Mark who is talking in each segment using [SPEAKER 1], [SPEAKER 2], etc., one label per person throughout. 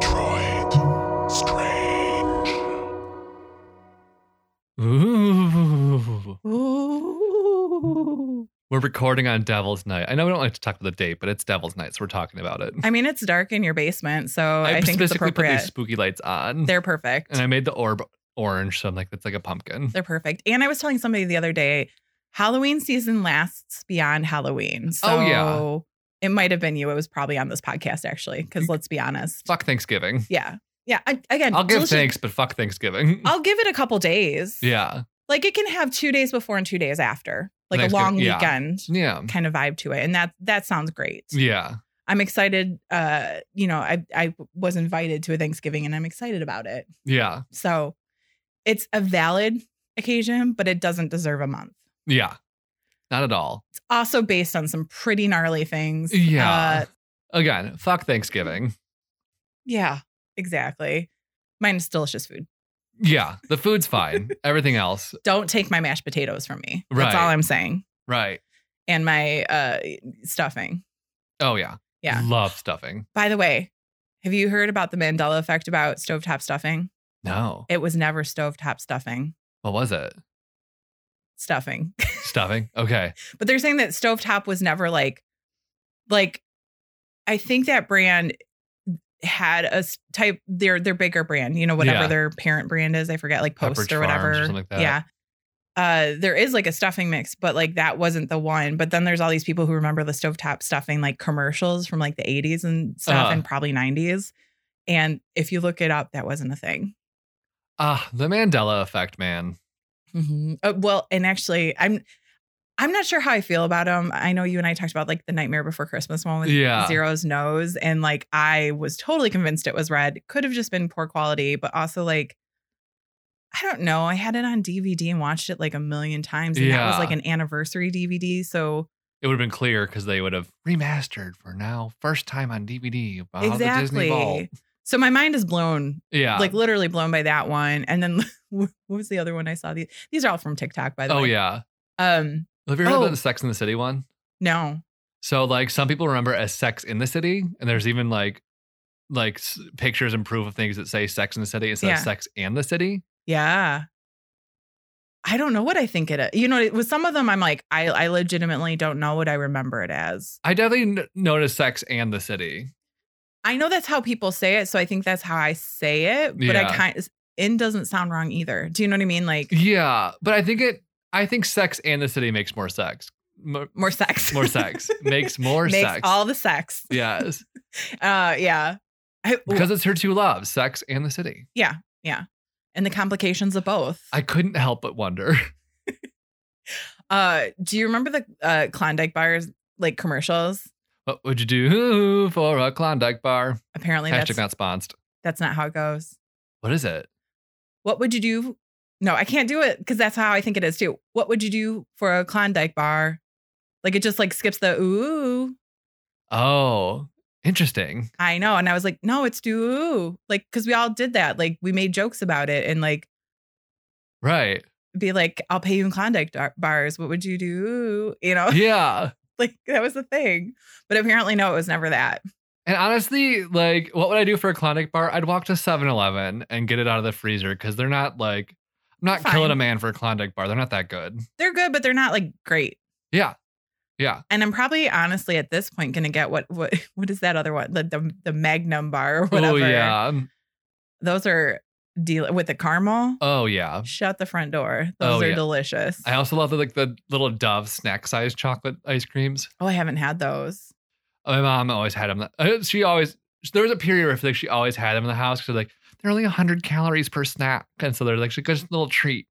[SPEAKER 1] Detroit Strange.
[SPEAKER 2] Ooh.
[SPEAKER 3] Ooh.
[SPEAKER 2] We're recording on Devil's Night. I know we don't like to talk about the date, but it's Devil's Night, so we're talking about it.
[SPEAKER 3] I mean, it's dark in your basement, so I,
[SPEAKER 2] I
[SPEAKER 3] think it's
[SPEAKER 2] specifically put
[SPEAKER 3] appropriate.
[SPEAKER 2] these spooky lights on.
[SPEAKER 3] They're perfect.
[SPEAKER 2] and I made the orb orange, so I'm like, that's like a pumpkin.
[SPEAKER 3] They're perfect. And I was telling somebody the other day, Halloween season lasts beyond Halloween. So
[SPEAKER 2] Oh, yeah.
[SPEAKER 3] it might have been you. It was probably on this podcast, actually, because let's be honest.
[SPEAKER 2] Fuck Thanksgiving.
[SPEAKER 3] Yeah. Yeah. I, again,
[SPEAKER 2] I'll give
[SPEAKER 3] delicious-
[SPEAKER 2] thanks, but fuck Thanksgiving.
[SPEAKER 3] I'll give it a couple days.
[SPEAKER 2] yeah.
[SPEAKER 3] Like it can have two days before and two days after, like a
[SPEAKER 2] Thanksgiving,
[SPEAKER 3] long
[SPEAKER 2] yeah.
[SPEAKER 3] weekend
[SPEAKER 2] Yeah.
[SPEAKER 3] kind of vibe to it. And that that sounds great.
[SPEAKER 2] Yeah.
[SPEAKER 3] I'm excited. Uh, you know, I I was invited to a Thanksgiving and I'm excited about it.
[SPEAKER 2] Yeah.
[SPEAKER 3] So it's a valid occasion, but it doesn't deserve a month.
[SPEAKER 2] Yeah. Not at all.
[SPEAKER 3] It's also based on some pretty gnarly things.
[SPEAKER 2] Yeah.
[SPEAKER 3] Uh,
[SPEAKER 2] Again, fuck Thanksgiving.
[SPEAKER 3] yeah, exactly. Minus delicious food.
[SPEAKER 2] Yeah. The food's fine. Everything else,
[SPEAKER 3] Don't take my mashed potatoes from me.
[SPEAKER 2] Right.
[SPEAKER 3] That's all I'm saying.
[SPEAKER 2] right.
[SPEAKER 3] And my uh, stuffing.
[SPEAKER 2] Oh, yeah.
[SPEAKER 3] Yeah.
[SPEAKER 2] Love stuffing.
[SPEAKER 3] By the way, have you heard about the Mandela effect about stovetop stuffing?
[SPEAKER 2] No.
[SPEAKER 3] It was never stovetop stuffing.
[SPEAKER 2] What was it?
[SPEAKER 3] Stuffing.
[SPEAKER 2] Stuffing. Okay.
[SPEAKER 3] but they're saying that stovetop was never like like i think that brand had a s- type their their bigger brand you know whatever
[SPEAKER 2] Yeah.
[SPEAKER 3] their parent brand is i forget like post
[SPEAKER 2] Pepperidge Farms or
[SPEAKER 3] or whatever
[SPEAKER 2] something like that.
[SPEAKER 3] yeah uh there is like a stuffing mix but like that wasn't the one but then there's all these people who remember the stovetop stuffing like commercials from like the 80s and stuff
[SPEAKER 2] Uh-huh.
[SPEAKER 3] and probably 90s and if you look it up that wasn't a thing
[SPEAKER 2] Ah, the Mandela effect, man.
[SPEAKER 3] Mhm. Uh, well, and actually, I'm I'm not sure how I feel about him. I know you and I talked about like the Nightmare Before Christmas one with
[SPEAKER 2] Yeah.
[SPEAKER 3] Zero's nose, and like I was totally convinced it was red. Could have just been poor quality, but also like I don't know. I had it on DVD and watched it like a million times, and that was
[SPEAKER 2] Yeah.
[SPEAKER 3] like an anniversary DVD, so
[SPEAKER 2] It would have been clear because they would have remastered for now, first time on DVD. about The Disney Vault.
[SPEAKER 3] exactly. So my mind is blown,
[SPEAKER 2] Yeah.
[SPEAKER 3] like literally blown by that one. And then what was the other one I saw? These these are all from TikTok, by the
[SPEAKER 2] oh,
[SPEAKER 3] way.
[SPEAKER 2] yeah.
[SPEAKER 3] Um,
[SPEAKER 2] Have you heard
[SPEAKER 3] Oh.
[SPEAKER 2] about the Sex in the City one?
[SPEAKER 3] no.
[SPEAKER 2] So like some people remember as Sex in the City, and there's even like like s- pictures and proof of things that say Sex in the City instead
[SPEAKER 3] Yeah.
[SPEAKER 2] of Sex and the City.
[SPEAKER 3] Yeah. I don't know what I think it is. You know, with some of them, I'm like, I, I legitimately don't know what I remember it as.
[SPEAKER 2] I definitely n- noticed Sex and the City.
[SPEAKER 3] I know that's how people say it, so I think that's how I say it. But I
[SPEAKER 2] Yeah.
[SPEAKER 3] kind in doesn't sound wrong either. Do you know what I mean? Like
[SPEAKER 2] Yeah, but I think it. I think Sex and the City makes more sex. More,
[SPEAKER 3] more sex,
[SPEAKER 2] more sex makes more
[SPEAKER 3] makes
[SPEAKER 2] sex.
[SPEAKER 3] all the sex.
[SPEAKER 2] yes,
[SPEAKER 3] Uh, yeah, I,
[SPEAKER 2] because it's her two loves, Sex and the City.
[SPEAKER 3] and the complications of both.
[SPEAKER 2] I couldn't help but wonder.
[SPEAKER 3] uh, do you remember the uh, Klondike bars like commercials?
[SPEAKER 2] What would you do for a Klondike bar?
[SPEAKER 3] Apparently,
[SPEAKER 2] Hashtag
[SPEAKER 3] that's
[SPEAKER 2] not sponsored.
[SPEAKER 3] that's not how it goes.
[SPEAKER 2] What is it?
[SPEAKER 3] What would you do? No, I can't do it because that's how I think it is too. What would you do for a Klondike bar? Like it just like skips the ooh.
[SPEAKER 2] Oh, interesting.
[SPEAKER 3] I know, and I was like, no, it's do ooh, like because we all did that. Like we made jokes about it and like
[SPEAKER 2] Right.
[SPEAKER 3] be like, I'll pay you in Klondike dar- bars. What would you do? You know,
[SPEAKER 2] Yeah.
[SPEAKER 3] like that was the thing. But apparently, no, it was never that.
[SPEAKER 2] And honestly, like, what would I do for a Klondike bar? I'd walk to 7 Eleven and get it out of the freezer because they're not like, I'm not
[SPEAKER 3] Fine.
[SPEAKER 2] killing a man for a Klondike bar. They're not that good.
[SPEAKER 3] They're good, but they're not like great.
[SPEAKER 2] Yeah. Yeah.
[SPEAKER 3] And I'm probably honestly at this point gonna get what what what is that other one? The the, the Magnum bar or whatever.
[SPEAKER 2] Oh, yeah.
[SPEAKER 3] Those are deal with the caramel.
[SPEAKER 2] Oh, yeah.
[SPEAKER 3] Shut the front door.
[SPEAKER 2] Oh,
[SPEAKER 3] Those are
[SPEAKER 2] yeah.
[SPEAKER 3] delicious.
[SPEAKER 2] I also love the, like, the little Dove snack size chocolate ice creams.
[SPEAKER 3] oh, I haven't had those.
[SPEAKER 2] My mom always had them. Uh, She always, there was a period where I feel like she always had them in the house because, like, they're only 100 calories per snack. And so they're like, just a little treat,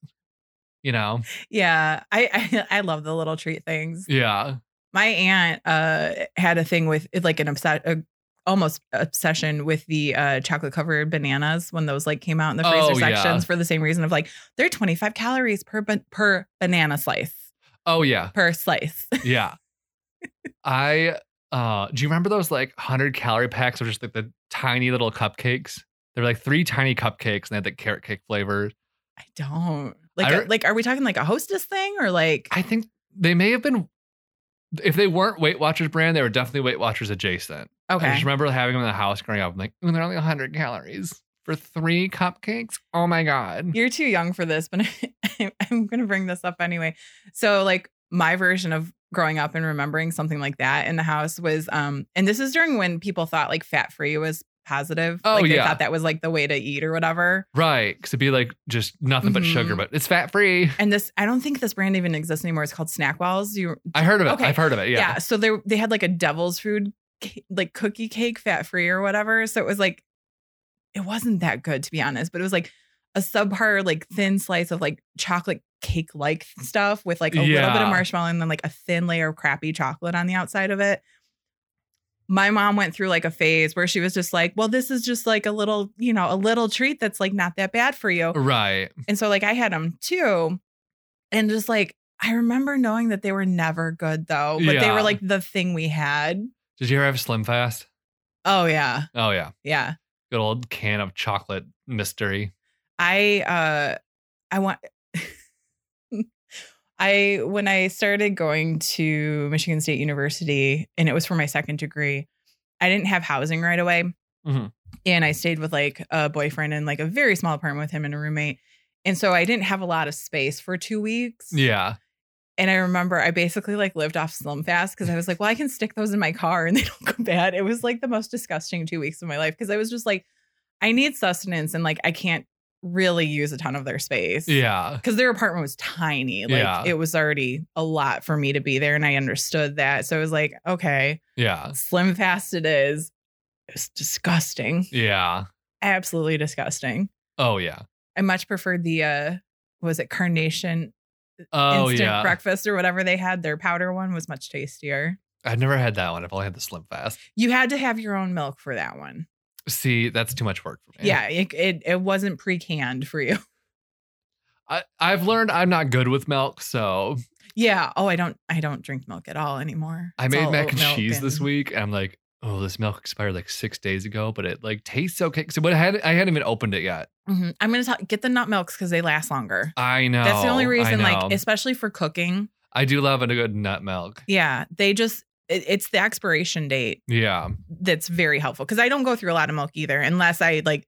[SPEAKER 2] you know?
[SPEAKER 3] Yeah, I, I I love the little treat things.
[SPEAKER 2] Yeah.
[SPEAKER 3] My aunt uh had a thing with it's like an obsession, almost obsession with the uh chocolate covered bananas when those like came out in the freezer
[SPEAKER 2] Oh, yeah.
[SPEAKER 3] sections for the same reason of like they're 25 calories per ban- per banana slice
[SPEAKER 2] Oh, yeah.
[SPEAKER 3] per slice.
[SPEAKER 2] Yeah. I uh do you remember those like 100 calorie packs or just like the tiny little cupcakes They were like three tiny cupcakes and they had the carrot cake flavor.
[SPEAKER 3] I don't. Like,
[SPEAKER 2] I-
[SPEAKER 3] a- like, are we talking like a hostess thing or like?
[SPEAKER 2] I think they may have been, if they weren't Weight Watchers brand, they were definitely Weight Watchers adjacent. I
[SPEAKER 3] okay.
[SPEAKER 2] just remember having them in the house growing up. I'm like, "Ooh, they're only 100 calories for three cupcakes. Oh my God.
[SPEAKER 3] You're too young for this, but I'm going to bring this up anyway. So, like, my version of growing up and remembering something like that in the house was, um, and this is during when people thought like fat free was positive.
[SPEAKER 2] Oh,
[SPEAKER 3] like, they
[SPEAKER 2] yeah.
[SPEAKER 3] thought that was like the way to eat or whatever.
[SPEAKER 2] Right. Because it'd be like just nothing but sugar,
[SPEAKER 3] Mhm.
[SPEAKER 2] but it's fat free.
[SPEAKER 3] And this, I don't think this brand even exists anymore. It's called Snack Walls. You,
[SPEAKER 2] I heard of it.
[SPEAKER 3] Okay.
[SPEAKER 2] I've heard of it.
[SPEAKER 3] yeah.
[SPEAKER 2] Yeah.
[SPEAKER 3] So they they had like a devil's food, ca- like cookie cake, fat free or whatever. So it was like, it wasn't that good to be honest, but it was like a subpar, like thin slice of like chocolate cake like stuff with like a little bit
[SPEAKER 2] Yeah.
[SPEAKER 3] of marshmallow and then like a thin layer of crappy chocolate on the outside of it. My mom went through like a phase where she was just like, well, this is just like a little, you know, a little treat that's like not that bad for you.
[SPEAKER 2] Right.
[SPEAKER 3] And so like I had them too. And just like I remember knowing that they were never good though, but they
[SPEAKER 2] Yeah.
[SPEAKER 3] were like the thing we had.
[SPEAKER 2] Did you ever have Slim Fast?
[SPEAKER 3] Oh yeah.
[SPEAKER 2] Oh, yeah.
[SPEAKER 3] Yeah.
[SPEAKER 2] Good old can of chocolate mystery.
[SPEAKER 3] I uh I want I when I started going to Michigan State University and it was for my second degree, I didn't have housing right away.
[SPEAKER 2] Mhm.
[SPEAKER 3] And I stayed with like a boyfriend in like a very small apartment with him and a roommate. And so I didn't have a lot of space for two weeks.
[SPEAKER 2] Yeah.
[SPEAKER 3] And I remember I basically like lived off Slim Fast because I was like, well, I can stick those in my car and they don't go bad. It was like the most disgusting two weeks of my life because I was just like, I need sustenance and like I can't really use a ton of their space.
[SPEAKER 2] Yeah.
[SPEAKER 3] Because their apartment was tiny. Like
[SPEAKER 2] Yeah.
[SPEAKER 3] it was already a lot for me to be there. And I understood that. So I was like, okay,
[SPEAKER 2] Yeah.
[SPEAKER 3] Slim Fast it is. It's disgusting.
[SPEAKER 2] Yeah.
[SPEAKER 3] Absolutely disgusting.
[SPEAKER 2] Oh, yeah.
[SPEAKER 3] I much preferred the, uh, what was it carnation
[SPEAKER 2] Oh,
[SPEAKER 3] instant
[SPEAKER 2] yeah.
[SPEAKER 3] breakfast or whatever they had, their powder one was much tastier.
[SPEAKER 2] I've never had that one. I've only had the Slim Fast.
[SPEAKER 3] You had to have your own milk for that one.
[SPEAKER 2] See, that's too much work for me.
[SPEAKER 3] Yeah, it it, it wasn't pre canned for you.
[SPEAKER 2] I, I've learned I'm not good with milk, so
[SPEAKER 3] Yeah. Oh, I don't I don't drink milk at all anymore.
[SPEAKER 2] I
[SPEAKER 3] It's
[SPEAKER 2] made
[SPEAKER 3] all
[SPEAKER 2] mac
[SPEAKER 3] oat
[SPEAKER 2] and
[SPEAKER 3] milk
[SPEAKER 2] cheese this
[SPEAKER 3] and-
[SPEAKER 2] week, and I'm like, oh, this milk expired like six days ago, but it like tastes okay. So, but I had I hadn't even opened it yet.
[SPEAKER 3] Mhm. I'm gonna tell, get the nut milks because they last longer.
[SPEAKER 2] I know.
[SPEAKER 3] That's the only
[SPEAKER 2] Oh, I
[SPEAKER 3] reason,
[SPEAKER 2] know.
[SPEAKER 3] like especially for cooking.
[SPEAKER 2] I do love a good nut milk.
[SPEAKER 3] Yeah, they just it, it's the expiration date
[SPEAKER 2] Yeah,
[SPEAKER 3] that's very helpful because I don't go through a lot of milk either unless I like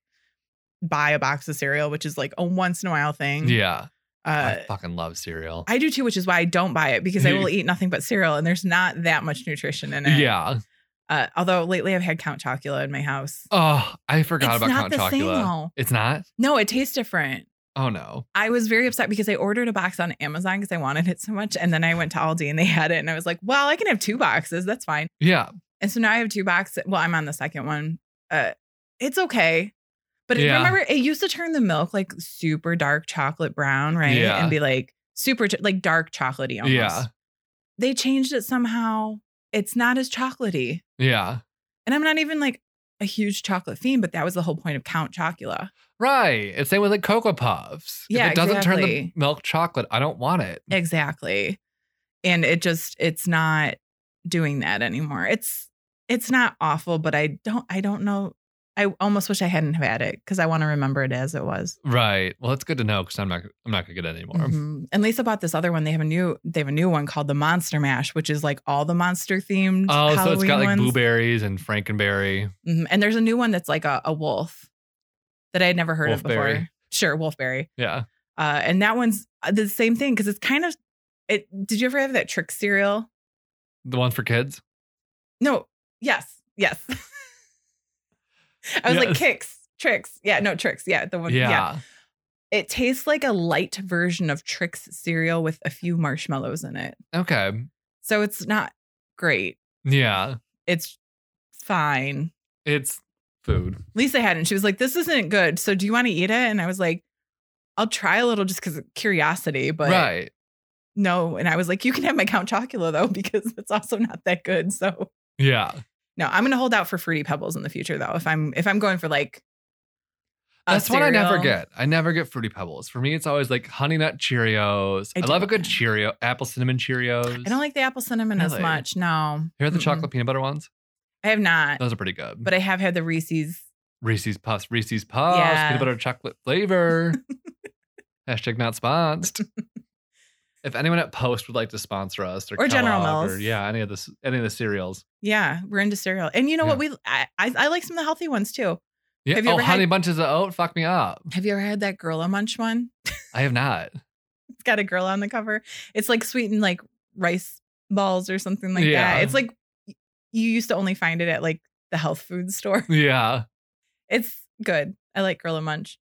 [SPEAKER 3] buy a box of cereal, which is like a once in a while thing.
[SPEAKER 2] yeah.
[SPEAKER 3] Uh,
[SPEAKER 2] I fucking love cereal.
[SPEAKER 3] Mm, I do too, which is why I don't buy it because I will eat nothing but cereal and there's not that much nutrition in it.
[SPEAKER 2] Hmm. yeah.
[SPEAKER 3] Uh, although lately I've had Count Chocula in my house.
[SPEAKER 2] Oh, I forgot
[SPEAKER 3] it's
[SPEAKER 2] about Count
[SPEAKER 3] not the same
[SPEAKER 2] Chocula.
[SPEAKER 3] though.
[SPEAKER 2] It's not.
[SPEAKER 3] No, it tastes different.
[SPEAKER 2] Oh no.
[SPEAKER 3] I was very upset because I ordered a box on Amazon because I wanted it so much. And then I went to Aldi and they had it. And I was like, well, I can have two boxes. That's fine.
[SPEAKER 2] Yeah.
[SPEAKER 3] And so now I have two boxes. Well, I'm on the second one. Uh, it's okay. But it-
[SPEAKER 2] Yeah.
[SPEAKER 3] remember, it used to turn the milk like super dark chocolate brown, right?
[SPEAKER 2] Yeah.
[SPEAKER 3] And be like super, ch- like dark chocolatey almost.
[SPEAKER 2] Yeah.
[SPEAKER 3] They changed it somehow. It's not as chocolatey.
[SPEAKER 2] Yeah.
[SPEAKER 3] And I'm not even like a huge chocolate fiend, but that was the whole point of Count Chocula.
[SPEAKER 2] Right. It's same with like Cocoa Puffs.
[SPEAKER 3] Yeah,
[SPEAKER 2] If it doesn't turn the
[SPEAKER 3] exactly.
[SPEAKER 2] milk chocolate, I don't want it.
[SPEAKER 3] Exactly. And it just, it's not doing that anymore. It's, it's not awful, but I don't, I don't know. I almost wish I hadn't have had it because I want to remember it as it was.
[SPEAKER 2] Right. Well, it's good to know because I'm not I'm not gonna get it anymore.
[SPEAKER 3] Mhm. And Lisa bought this other one. They have a new they have a new one called the Monster Mash, which is like all the monster themed.
[SPEAKER 2] Oh, so it's
[SPEAKER 3] Halloween
[SPEAKER 2] got like
[SPEAKER 3] ones.
[SPEAKER 2] blueberries and frankenberry.
[SPEAKER 3] Mhm. And there's a new one that's like a, a wolf that I had never heard of
[SPEAKER 2] Wolfberry.
[SPEAKER 3] before. Sure, Wolfberry.
[SPEAKER 2] Yeah.
[SPEAKER 3] Uh, and that one's the same thing because it's kind of it. Did you ever have that trick cereal?
[SPEAKER 2] The one for kids?
[SPEAKER 3] No. Yes. Yes. I was like
[SPEAKER 2] Yes.
[SPEAKER 3] kicks, tricks. Yeah. No tricks. Yeah. The one.
[SPEAKER 2] Yeah.
[SPEAKER 3] It tastes like a light version of tricks cereal with a few marshmallows in it.
[SPEAKER 2] Okay.
[SPEAKER 3] So it's not great.
[SPEAKER 2] Yeah.
[SPEAKER 3] It's fine.
[SPEAKER 2] It's food.
[SPEAKER 3] Lisa hadn't. She was like, "This isn't good. So do you want to eat it?" And I was like, "I'll try a little just because of curiosity, but
[SPEAKER 2] right.
[SPEAKER 3] no." And I was like, "You can have my Count Chocula though, because it's also not that good." So
[SPEAKER 2] Yeah.
[SPEAKER 3] no, I'm gonna hold out for fruity pebbles in the future though. If I'm if I'm going for like, a
[SPEAKER 2] That's what I never
[SPEAKER 3] cereal.
[SPEAKER 2] get. I never get fruity pebbles. For me, it's always like honey nut Cheerios.
[SPEAKER 3] I
[SPEAKER 2] I, love a
[SPEAKER 3] don't
[SPEAKER 2] good
[SPEAKER 3] like-
[SPEAKER 2] Cheerio, apple cinnamon Cheerios.
[SPEAKER 3] I don't like the apple cinnamon as
[SPEAKER 2] Really?
[SPEAKER 3] much. No,
[SPEAKER 2] Here are the
[SPEAKER 3] Mm-mm.
[SPEAKER 2] chocolate peanut butter ones.
[SPEAKER 3] I have not,
[SPEAKER 2] Those are pretty good.
[SPEAKER 3] but I have had the Reese's
[SPEAKER 2] Reese's Puffs, Reese's Puffs, peanut
[SPEAKER 3] Yes.
[SPEAKER 2] butter chocolate flavor. Hashtag not sponsored. If anyone at Post would like to sponsor us, or,
[SPEAKER 3] Or General
[SPEAKER 2] Kellogg or,
[SPEAKER 3] Mills.
[SPEAKER 2] yeah, any of this, any of the cereals,
[SPEAKER 3] Yeah, we're into cereal. And you know what? We I, I I like some of the healthy ones too.
[SPEAKER 2] yeah.
[SPEAKER 3] Have you
[SPEAKER 2] oh,
[SPEAKER 3] ever had-
[SPEAKER 2] honey bunches of oat, fuck me up.
[SPEAKER 3] Have you ever had that Gorilla Munch one?
[SPEAKER 2] I have not.
[SPEAKER 3] It's got a gorilla on the cover. It's like sweetened like rice balls or something like
[SPEAKER 2] Yeah.
[SPEAKER 3] that. It's like y- you used to only find it at like the health food store.
[SPEAKER 2] Yeah.
[SPEAKER 3] It's good. I like Gorilla Munch.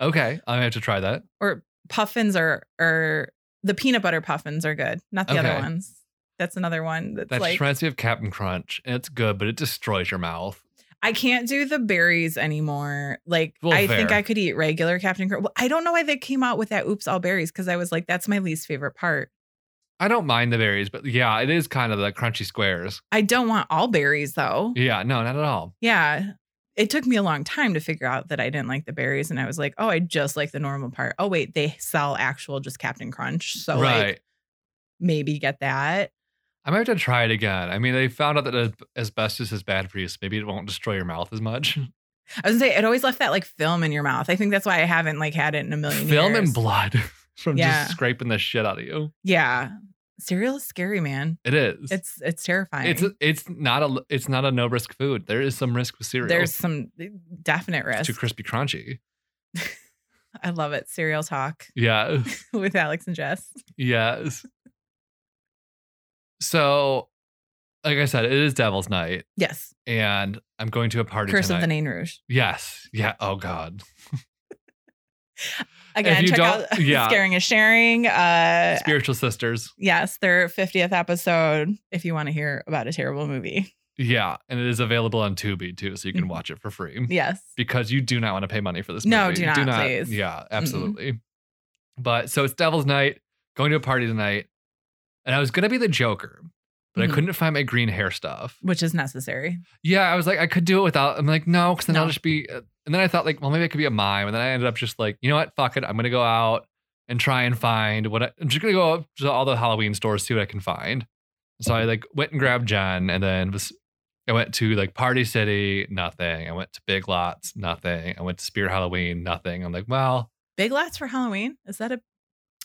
[SPEAKER 2] Okay, I have to try that.
[SPEAKER 3] Or puffins are are the peanut butter puffins are good, not the other
[SPEAKER 2] Okay.
[SPEAKER 3] ones. That's another one that's
[SPEAKER 2] That
[SPEAKER 3] like
[SPEAKER 2] just reminds me of Captain Crunch. and It's good, but it destroys your mouth.
[SPEAKER 3] I can't do the berries anymore. Like
[SPEAKER 2] Well,
[SPEAKER 3] I think
[SPEAKER 2] fair.
[SPEAKER 3] I could eat regular Captain Crunch. Well, I don't know why they came out with that oops all berries because I was like that's my least favorite part.
[SPEAKER 2] I don't mind the berries, but yeah, it is kind of the crunchy squares.
[SPEAKER 3] I don't want all berries though.
[SPEAKER 2] Yeah, no, not at all.
[SPEAKER 3] Yeah. It took me a long time to figure out that I didn't like the berries and I was like, "Oh, I just like the normal part." Oh wait, they sell actual just Captain Crunch. So
[SPEAKER 2] right.
[SPEAKER 3] like maybe get that.
[SPEAKER 2] I might have to try it again. I mean, they found out that as- asbestos is bad for you, so maybe it won't destroy your mouth as much.
[SPEAKER 3] I was going to say it always left that like film in your mouth. I think that's why I haven't like had it in a million
[SPEAKER 2] Film
[SPEAKER 3] years.
[SPEAKER 2] and blood from
[SPEAKER 3] Yeah.
[SPEAKER 2] just scraping the shit out of you.
[SPEAKER 3] Yeah. Cereal is scary, man.
[SPEAKER 2] It is.
[SPEAKER 3] It's it's terrifying.
[SPEAKER 2] it's it's not a it's not a no risk food. There is some risk with cereal.
[SPEAKER 3] There's some eh,
[SPEAKER 2] It's
[SPEAKER 3] definite risk.
[SPEAKER 2] too crispy crunchy.
[SPEAKER 3] I love it. Cereal talk
[SPEAKER 2] Yeah.
[SPEAKER 3] with Alex and Jess.
[SPEAKER 2] Yes. So, like I said, it is Devil's Night,
[SPEAKER 3] Yes.
[SPEAKER 2] and I'm going to a party
[SPEAKER 3] Curse of
[SPEAKER 2] tonight.
[SPEAKER 3] the Nain Rouge.
[SPEAKER 2] yes. Yeah. Oh God.
[SPEAKER 3] Again,
[SPEAKER 2] you
[SPEAKER 3] check
[SPEAKER 2] don't-
[SPEAKER 3] out
[SPEAKER 2] yeah.
[SPEAKER 3] Scaring is Sharing. Uh
[SPEAKER 2] Spiritual sisters.
[SPEAKER 3] yes, their 50th episode if you want to hear about a terrible movie.
[SPEAKER 2] Yeah, and it is available on Tubi too, so you can
[SPEAKER 3] Mhm.
[SPEAKER 2] watch it for free.
[SPEAKER 3] Yes.
[SPEAKER 2] Because you do not want to pay money for this.
[SPEAKER 3] No,
[SPEAKER 2] movie.
[SPEAKER 3] do not, please.
[SPEAKER 2] Yeah, absolutely. But so it's Devil's Night. Going to a party tonight, and I was gonna be the Joker, but I
[SPEAKER 3] Mhm.
[SPEAKER 2] couldn't find my green hair stuff.
[SPEAKER 3] Which is necessary.
[SPEAKER 2] Yeah, I was like, I could do it without. I'm like, no, because then I'll
[SPEAKER 3] No.
[SPEAKER 2] just be. uh, And then I thought, like, well, maybe I could be a mime. And then I ended up just like, you know what? Fuck it. I'm gonna go out and try and find what I, I'm just gonna go up to all the Halloween stores, see what I can find. So I like went and grabbed Jen, and then was I went to like Party City, nothing. I went to Big Lots, nothing. I went to Spirit Halloween, nothing. I'm like, well,
[SPEAKER 3] Big lots for Halloween. Is that a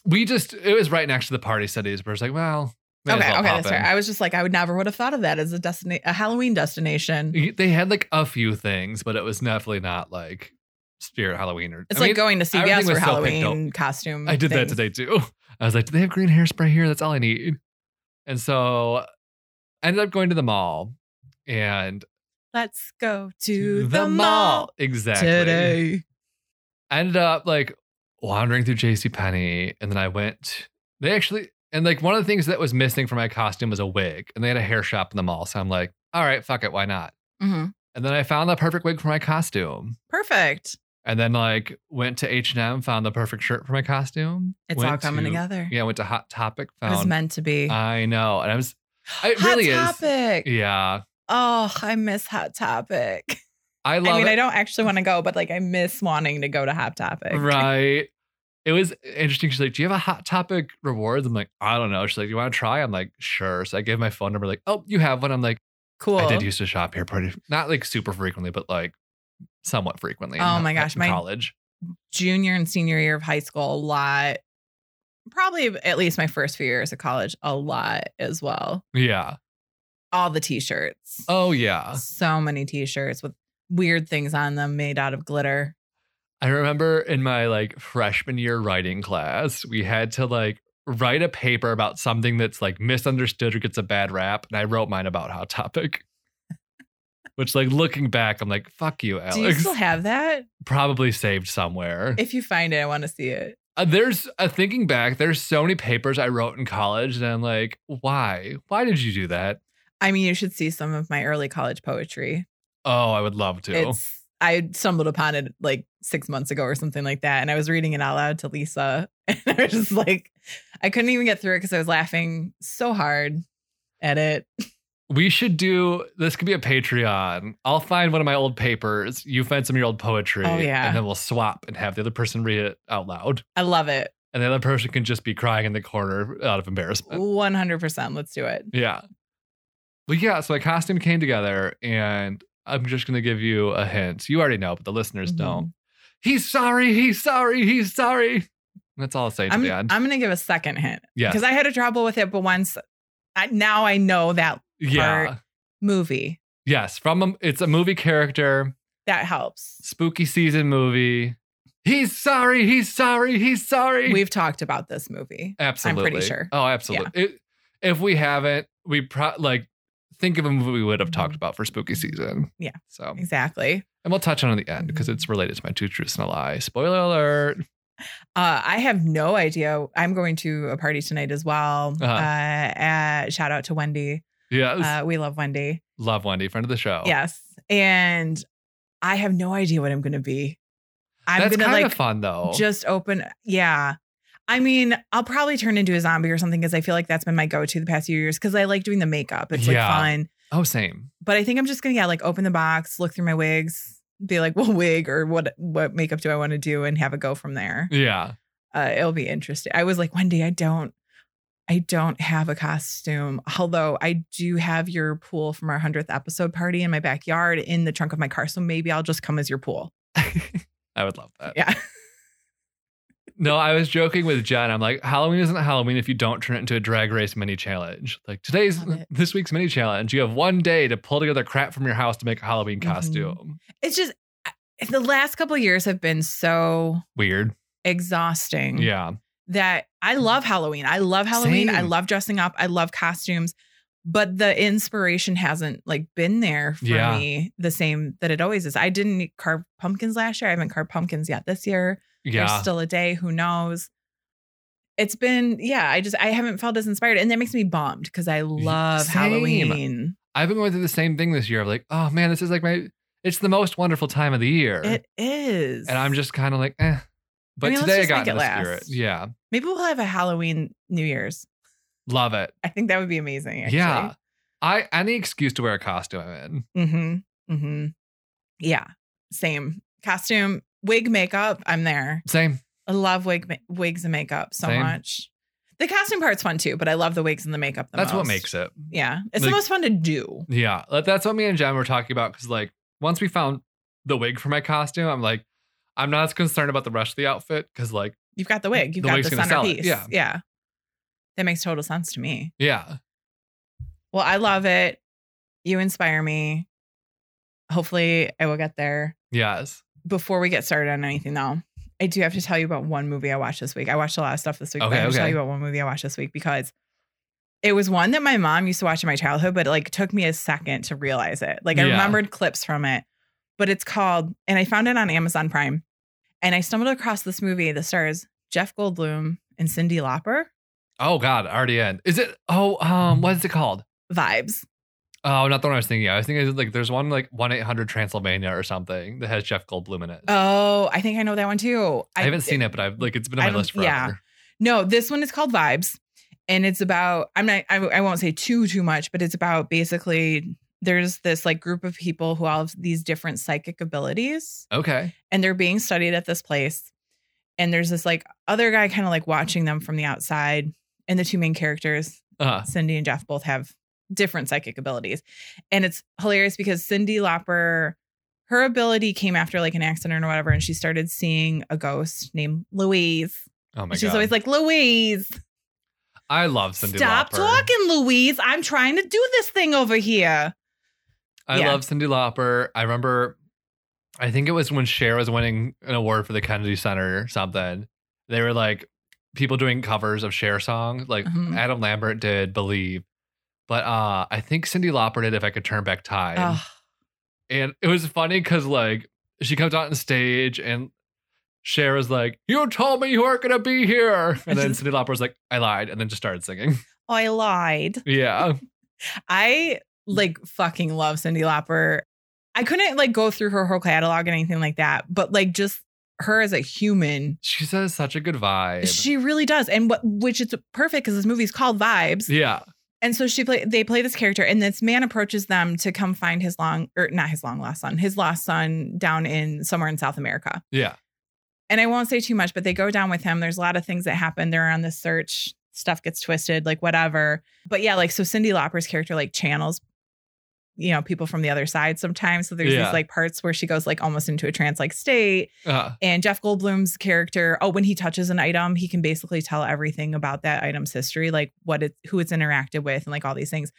[SPEAKER 2] we just it was right next to the Party Cities, where it's like, well, may as
[SPEAKER 3] Okay,
[SPEAKER 2] well
[SPEAKER 3] okay,
[SPEAKER 2] pop
[SPEAKER 3] that's
[SPEAKER 2] in.
[SPEAKER 3] fair. I was just like, I would never would have thought of that as a destination a Halloween destination.
[SPEAKER 2] They had like a few things, but it was definitely not like Spirit Halloween or
[SPEAKER 3] It's
[SPEAKER 2] I
[SPEAKER 3] like
[SPEAKER 2] mean,
[SPEAKER 3] going to
[SPEAKER 2] everything
[SPEAKER 3] CVS
[SPEAKER 2] was
[SPEAKER 3] for
[SPEAKER 2] so picked
[SPEAKER 3] Halloween costume.
[SPEAKER 2] I did that
[SPEAKER 3] things.
[SPEAKER 2] today too. I was like, do they have green hairspray here? That's all I need. And so I ended up going to the mall and
[SPEAKER 3] Let's go to the mall
[SPEAKER 2] Exactly.
[SPEAKER 3] today.
[SPEAKER 2] I ended up like wandering through JC Penney, and then I went they actually and like one of the things that was missing from my costume was a wig. And they had a hair shop in the mall. So I'm like, all right, fuck it, why not?
[SPEAKER 3] Mhm.
[SPEAKER 2] And then I found the perfect wig for my costume.
[SPEAKER 3] Perfect.
[SPEAKER 2] and then like went to H and M, found the perfect shirt for my costume.
[SPEAKER 3] It's
[SPEAKER 2] Went
[SPEAKER 3] all coming
[SPEAKER 2] to-
[SPEAKER 3] together.
[SPEAKER 2] Yeah, went to Hot Topic,
[SPEAKER 3] It was
[SPEAKER 2] found.
[SPEAKER 3] meant to be.
[SPEAKER 2] I know, and I was. It
[SPEAKER 3] Hot
[SPEAKER 2] really is.
[SPEAKER 3] topic.
[SPEAKER 2] Yeah,
[SPEAKER 3] Oh, I miss Hot Topic.
[SPEAKER 2] I
[SPEAKER 3] I
[SPEAKER 2] love
[SPEAKER 3] mean, I
[SPEAKER 2] it.
[SPEAKER 3] don't actually want to go, but like I miss wanting to go to Hot Topic.
[SPEAKER 2] right. It was interesting. She's like, "Do you have a Hot Topic rewards?" I'm like, "I don't know." She's like, "Do you want to try?" I'm like, "Sure." So I gave my phone number. Like, "Oh, you have one." I'm like,
[SPEAKER 3] Cool.
[SPEAKER 2] "I did used to shop here pretty not like super frequently, but like somewhat frequently." in
[SPEAKER 3] Oh
[SPEAKER 2] ho-
[SPEAKER 3] my gosh,
[SPEAKER 2] in
[SPEAKER 3] my-
[SPEAKER 2] college.
[SPEAKER 3] Junior and senior year of high school, a lot. Probably at least my first few years of college, a lot as well.
[SPEAKER 2] Yeah.
[SPEAKER 3] All the t shirts.
[SPEAKER 2] Oh yeah.
[SPEAKER 3] So many t shirts with weird things on them made out of glitter.
[SPEAKER 2] I remember in my like freshman year writing class, we had to like write a paper about something that's like misunderstood or gets a bad rap. And I wrote mine about Hot Topic, which, like, looking back, I'm like, fuck you, Alex.
[SPEAKER 3] Do you still have that?
[SPEAKER 2] Probably saved somewhere.
[SPEAKER 3] If you find it, I want to see it.
[SPEAKER 2] Uh, there's uh, thinking back, there's so many papers I wrote in college, and I'm like, why? Why did you do that?
[SPEAKER 3] I mean, you should see some of my early college poetry.
[SPEAKER 2] Oh, I would love to.
[SPEAKER 3] It's I stumbled upon it like six months ago or something like that, and I was reading it out loud to Lisa, and I was just like, I couldn't even get through it because I was laughing so hard at it.
[SPEAKER 2] We should do this. Could be a Patreon. I'll find one of my old papers. You find some of your old poetry.
[SPEAKER 3] Oh, yeah.
[SPEAKER 2] and then we'll swap and have the other person read it out loud,
[SPEAKER 3] I love it,
[SPEAKER 2] and the other person can just be crying in the corner out of embarrassment.
[SPEAKER 3] one hundred percent. Let's do it.
[SPEAKER 2] Yeah. But yeah, so my costume came together, and I'm just going to give you a hint. You already know, but the listeners
[SPEAKER 3] Mhm.
[SPEAKER 2] don't. He's sorry. He's sorry. He's sorry. That's all I'll say to
[SPEAKER 3] I'm,
[SPEAKER 2] the end.
[SPEAKER 3] I'm going to give a second hint
[SPEAKER 2] yeah.
[SPEAKER 3] because I had a trouble with it, but once I, now I know that
[SPEAKER 2] Yeah.
[SPEAKER 3] part- movie
[SPEAKER 2] Yes. From a, it's a movie character.
[SPEAKER 3] that helps.
[SPEAKER 2] spooky season movie. He's sorry. He's sorry. He's sorry.
[SPEAKER 3] We've talked about this movie.
[SPEAKER 2] absolutely.
[SPEAKER 3] sure.
[SPEAKER 2] Oh, absolutely. It, if we haven't, we pro like think of a movie we would have talked about for spooky season.
[SPEAKER 3] Mm-hmm. Yeah.
[SPEAKER 2] So, and
[SPEAKER 3] Exactly.
[SPEAKER 2] we'll touch on it at the end because it's related to my two truths and a lie. Spoiler alert.
[SPEAKER 3] Uh, I have no idea. I'm going to a party tonight as well. uh
[SPEAKER 2] Uh-huh.
[SPEAKER 3] at- shout out to Wendy.
[SPEAKER 2] Yes.
[SPEAKER 3] Uh, we love Wendy.
[SPEAKER 2] Love Wendy, friend of the show.
[SPEAKER 3] Yes. And I have no idea what I'm going to be. I'm
[SPEAKER 2] That's
[SPEAKER 3] going to
[SPEAKER 2] kind
[SPEAKER 3] like
[SPEAKER 2] of fun though.
[SPEAKER 3] just open. Yeah. I mean, I'll probably turn into a zombie or something because I feel like that's been my go to the past few years because I like doing the makeup. It's
[SPEAKER 2] Yeah.
[SPEAKER 3] like fun.
[SPEAKER 2] oh, same.
[SPEAKER 3] But I think I'm just going to, yeah, like open the box, look through my wigs, be like, well, wig or what, what makeup do I want to do and have a go from there.
[SPEAKER 2] Yeah.
[SPEAKER 3] uh, it'll be interesting. I was like, Wendy, I don't, I don't have a costume. Although I do have your pool from our hundredth episode party in my backyard in the trunk of my car, so maybe I'll just come as your pool.
[SPEAKER 2] I would love that.
[SPEAKER 3] Yeah.
[SPEAKER 2] No, I was joking with Jen. I'm like, Halloween isn't Halloween if you don't turn it into a drag race mini challenge. Like today's
[SPEAKER 3] Love it.
[SPEAKER 2] this week's mini challenge. You have one day to pull together crap from your house to make a Halloween
[SPEAKER 3] Mhm.
[SPEAKER 2] costume.
[SPEAKER 3] It's just I- the last couple of years have been so
[SPEAKER 2] Weird.
[SPEAKER 3] exhausting.
[SPEAKER 2] Yeah. Mm-hmm.
[SPEAKER 3] That I love Halloween. I love Halloween. I
[SPEAKER 2] Same.
[SPEAKER 3] love dressing up. I love costumes. But the inspiration hasn't like been there for
[SPEAKER 2] Yeah.
[SPEAKER 3] me the same that it always is. I didn't carve pumpkins last year. I haven't carved pumpkins yet this year.
[SPEAKER 2] Yeah.
[SPEAKER 3] there's still a day who knows it's been yeah i just i haven't felt as inspired and that makes me bummed because i love
[SPEAKER 2] same.
[SPEAKER 3] halloween
[SPEAKER 2] I've been going through the same thing this year. I'm like, oh man, this is like my it's the most wonderful time of the year.
[SPEAKER 3] it is
[SPEAKER 2] and I'm just kind of like, eh. But
[SPEAKER 3] mean, let's
[SPEAKER 2] today I
[SPEAKER 3] just
[SPEAKER 2] got
[SPEAKER 3] make
[SPEAKER 2] in
[SPEAKER 3] it
[SPEAKER 2] the
[SPEAKER 3] last.
[SPEAKER 2] spirit. Yeah.
[SPEAKER 3] maybe we'll have a halloween new year's
[SPEAKER 2] Love it.
[SPEAKER 3] i think that would be amazing actually.
[SPEAKER 2] Yeah. I any excuse to wear a costume I'm in.
[SPEAKER 3] mm-hmm mm-hmm yeah same costume wig makeup i'm there
[SPEAKER 2] Same.
[SPEAKER 3] i love wig ma- wigs and makeup so
[SPEAKER 2] Same.
[SPEAKER 3] much the costume part's fun too but i love the wigs and the makeup the
[SPEAKER 2] That's what
[SPEAKER 3] most.
[SPEAKER 2] makes it.
[SPEAKER 3] yeah it's
[SPEAKER 2] Like-
[SPEAKER 3] the most fun to do
[SPEAKER 2] Yeah, that- that's what me and Jen were talking about. Because like once we found the wig for my costume, I'm like, I'm not as concerned about the rest of the outfit. Because like,
[SPEAKER 3] You've got the wig. You've
[SPEAKER 2] The
[SPEAKER 3] got
[SPEAKER 2] wig's
[SPEAKER 3] the
[SPEAKER 2] gonna sell it,
[SPEAKER 3] centerpiece.
[SPEAKER 2] yeah.
[SPEAKER 3] Yeah. That makes total sense to me.
[SPEAKER 2] yeah,
[SPEAKER 3] Well, I love it. You inspire me. Hopefully, I will get there.
[SPEAKER 2] yes,
[SPEAKER 3] Before we get started on anything, though, I do have to tell you about one movie I watched this week. I watched a lot of stuff this week, but
[SPEAKER 2] Okay,
[SPEAKER 3] I have to tell
[SPEAKER 2] okay.
[SPEAKER 3] you about one movie I watched this week because it was one that my mom used to watch in my childhood, but it like took me a second to realize it. Like I
[SPEAKER 2] Yeah.
[SPEAKER 3] remembered clips from it, but it's called, and I found it on Amazon Prime. And I stumbled across this movie that stars Jeff Goldblum and Cindy Lauper.
[SPEAKER 2] oh god, already in. Is it? Oh, um, what is it called?
[SPEAKER 3] vibes.
[SPEAKER 2] Oh, not the one I was thinking. Of. I was thinking like there's one like one eight hundred Transylvania or something that has Jeff Goldblum in it.
[SPEAKER 3] Oh, I think I know that one too.
[SPEAKER 2] I, haven't seen it, but I've like it's been on
[SPEAKER 3] I
[SPEAKER 2] my
[SPEAKER 3] don't-
[SPEAKER 2] list forever.
[SPEAKER 3] yeah. No, this one is called Vibes, and it's about. I'm not. I, I won't say too too much, but it's about basically there's this like group of people who all have these different psychic abilities,
[SPEAKER 2] Okay.
[SPEAKER 3] and they're being studied at this place. And there's this like other guy kind of like watching them from the outside, and the two main characters,
[SPEAKER 2] Uh,
[SPEAKER 3] Cindy and Jeff both have different psychic abilities. And it's hilarious because Cindy Lauper, her ability came after like an accident or whatever, and she started seeing a ghost named Louise.
[SPEAKER 2] oh my
[SPEAKER 3] And She's
[SPEAKER 2] god.
[SPEAKER 3] always like, Louise,
[SPEAKER 2] I love Cindy.
[SPEAKER 3] stop
[SPEAKER 2] Lauper.
[SPEAKER 3] talking, Louise. I'm trying to do this thing over here.
[SPEAKER 2] I
[SPEAKER 3] Yeah.
[SPEAKER 2] love Cindy Lauper. I remember, I think it was when Cher was winning an award for the Kennedy Center or something. They were like people doing covers of Cher songs. Like
[SPEAKER 3] Mhm.
[SPEAKER 2] Adam Lambert did Believe, but uh, I think Cindy Lauper did If I Could Turn Back Time.
[SPEAKER 3] Ugh.
[SPEAKER 2] And it was funny because like she comes out on stage and Cher was like, "You told me you weren't gonna be here," and then Cindy Lauper was like, "I lied," and then just started singing.
[SPEAKER 3] oh, I lied.
[SPEAKER 2] Yeah,
[SPEAKER 3] I like fucking love Cindy Lauper. I couldn't like go through her whole catalog and anything like that, but like just her as a human,
[SPEAKER 2] she says such a good vibe.
[SPEAKER 3] she really does. And what which is perfect because this movie's called Vibes.
[SPEAKER 2] yeah,
[SPEAKER 3] And so she play they play this character, and this man approaches them to come find his long or not his long lost son, his lost son down in somewhere in South America.
[SPEAKER 2] yeah,
[SPEAKER 3] And I won't say too much, but they go down with him. There's a lot of things that happen. They're on this search, stuff gets twisted, like whatever. But yeah, like so Cindy Lauper's character like channels you know people from the other side sometimes. So there's
[SPEAKER 2] Yeah.
[SPEAKER 3] these like parts where she goes like almost into a trance like state.
[SPEAKER 2] Uh,
[SPEAKER 3] And Jeff Goldblum's character, oh, when he touches an item, he can basically tell everything about that item's history, like what it, who it's interacted with, and like all these things.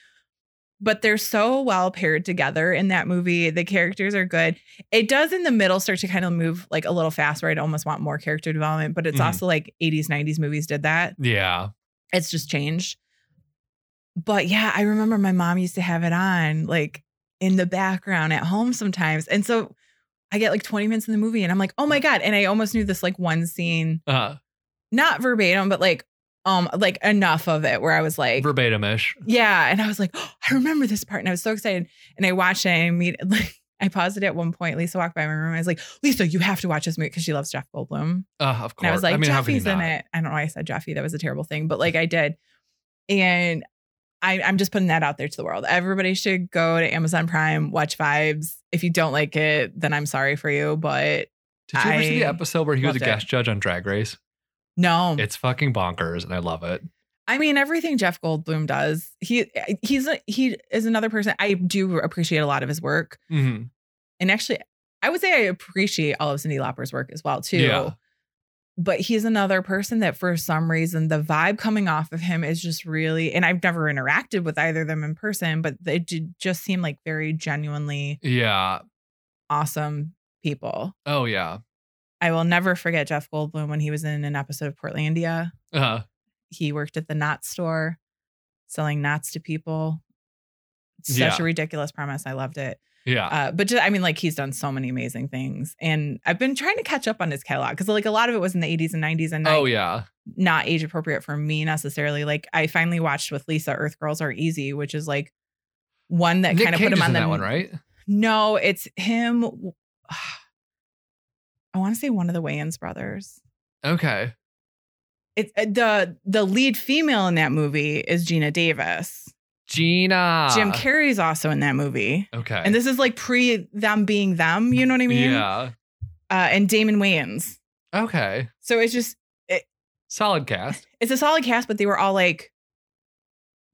[SPEAKER 3] But they're so well paired together in that movie. The characters are good. It does in the middle start to kind of move like a little fast, where I'd almost want more character development. But it's
[SPEAKER 2] Mhm.
[SPEAKER 3] also like 80s, 90s movies did that
[SPEAKER 2] yeah.
[SPEAKER 3] it's just changed. But yeah, I remember my mom used to have it on like in the background at home sometimes. And so I get like 20 minutes in the movie and I'm like, oh my God. And I almost knew this like one scene,
[SPEAKER 2] Uh,
[SPEAKER 3] not verbatim, but like um like enough of it where I was like
[SPEAKER 2] verbatim ish.
[SPEAKER 3] Yeah. And I was like, oh, I remember this part. And I was so excited. And I watched it and I meet like I paused it at one point. Lisa walked by my room. I was like, Lisa, you have to watch this movie because she loves Jeff Goldblum.
[SPEAKER 2] Uh, of
[SPEAKER 3] And
[SPEAKER 2] course.
[SPEAKER 3] I was like,
[SPEAKER 2] I mean, how could you
[SPEAKER 3] Jeffy's in
[SPEAKER 2] not?
[SPEAKER 3] it. I don't know why I said Jeffy. That was a terrible thing, but like I did. And I, I'm just putting that out there to the world. Everybody should go to Amazon Prime, watch Vibes. If you don't like it, then I'm sorry for you, but
[SPEAKER 2] Did you ever see the
[SPEAKER 3] I
[SPEAKER 2] episode where he was a
[SPEAKER 3] loved it. Mm-hmm.
[SPEAKER 2] guest judge on Drag Race?
[SPEAKER 3] no.
[SPEAKER 2] It's fucking bonkers, and I love it.
[SPEAKER 3] I mean, everything Jeff Goldblum does, he eh, he's a, he is another person. I do appreciate a lot of his work,
[SPEAKER 2] Mm-hmm.
[SPEAKER 3] and actually, I would say I appreciate all of Cindy Lauper's work as well too.
[SPEAKER 2] Yeah.
[SPEAKER 3] but he's another person that for some reason the vibe coming off of him is just really and i've never interacted with either of them in person but they did just seem like very genuinely
[SPEAKER 2] Yeah.
[SPEAKER 3] awesome people
[SPEAKER 2] Oh yeah.
[SPEAKER 3] i will never forget jeff goldblum when he was in an episode of portlandia
[SPEAKER 2] Uh,
[SPEAKER 3] he worked at the knot store selling knots to people such
[SPEAKER 2] Yeah.
[SPEAKER 3] a ridiculous premise i loved it
[SPEAKER 2] yeah.
[SPEAKER 3] uh, but just, I mean, like he's done so many amazing things, and I've been trying to catch up on his catalog because like a lot of it was in the 80s and 90s, and I
[SPEAKER 2] oh yeah.
[SPEAKER 3] not age appropriate for me necessarily. Like I finally watched with Lisa Earth Girls Are Easy, which is like one that
[SPEAKER 2] Nick
[SPEAKER 3] kind of
[SPEAKER 2] Cage
[SPEAKER 3] put him
[SPEAKER 2] is
[SPEAKER 3] on
[SPEAKER 2] in
[SPEAKER 3] the
[SPEAKER 2] that one, right?
[SPEAKER 3] No, it's him. I want to say one of the Wayans brothers.
[SPEAKER 2] Okay.
[SPEAKER 3] It's uh, the the lead female in that movie is Gina Davis.
[SPEAKER 2] Gina.
[SPEAKER 3] Jim Carrey's also in that movie.
[SPEAKER 2] Okay.
[SPEAKER 3] And this is like pre them being them, you know what I mean?
[SPEAKER 2] Yeah.
[SPEAKER 3] Uh, and Damon Wayans.
[SPEAKER 2] Okay.
[SPEAKER 3] So it's just
[SPEAKER 2] Solid cast.
[SPEAKER 3] it's a solid cast, but they were all like,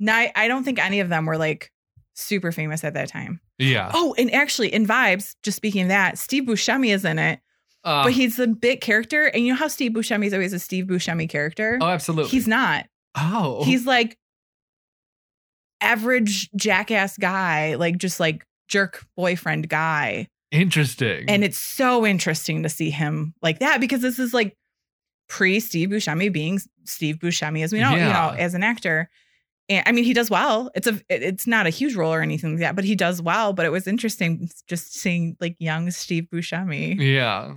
[SPEAKER 3] not, I don't think any of them were like super famous at that time.
[SPEAKER 2] Yeah.
[SPEAKER 3] Oh, and actually, in Vibes, just speaking of that, Steve Buscemi is in it,
[SPEAKER 2] Uh,
[SPEAKER 3] but he's the bit character. And you know how Steve Buscemi is always a Steve Buscemi character?
[SPEAKER 2] oh, absolutely.
[SPEAKER 3] He's not.
[SPEAKER 2] Oh.
[SPEAKER 3] He's like average jackass guy, like just like jerk boyfriend guy.
[SPEAKER 2] interesting.
[SPEAKER 3] And it's so interesting to see him like that because this is like pre Steve Buscemi being Steve Buscemi as we know,
[SPEAKER 2] Yeah.
[SPEAKER 3] you know, as an actor. And I mean, he does well. It's a it- it's not a huge role or anything like that, but he does well. But it was interesting just seeing like young Steve Buscemi.
[SPEAKER 2] yeah.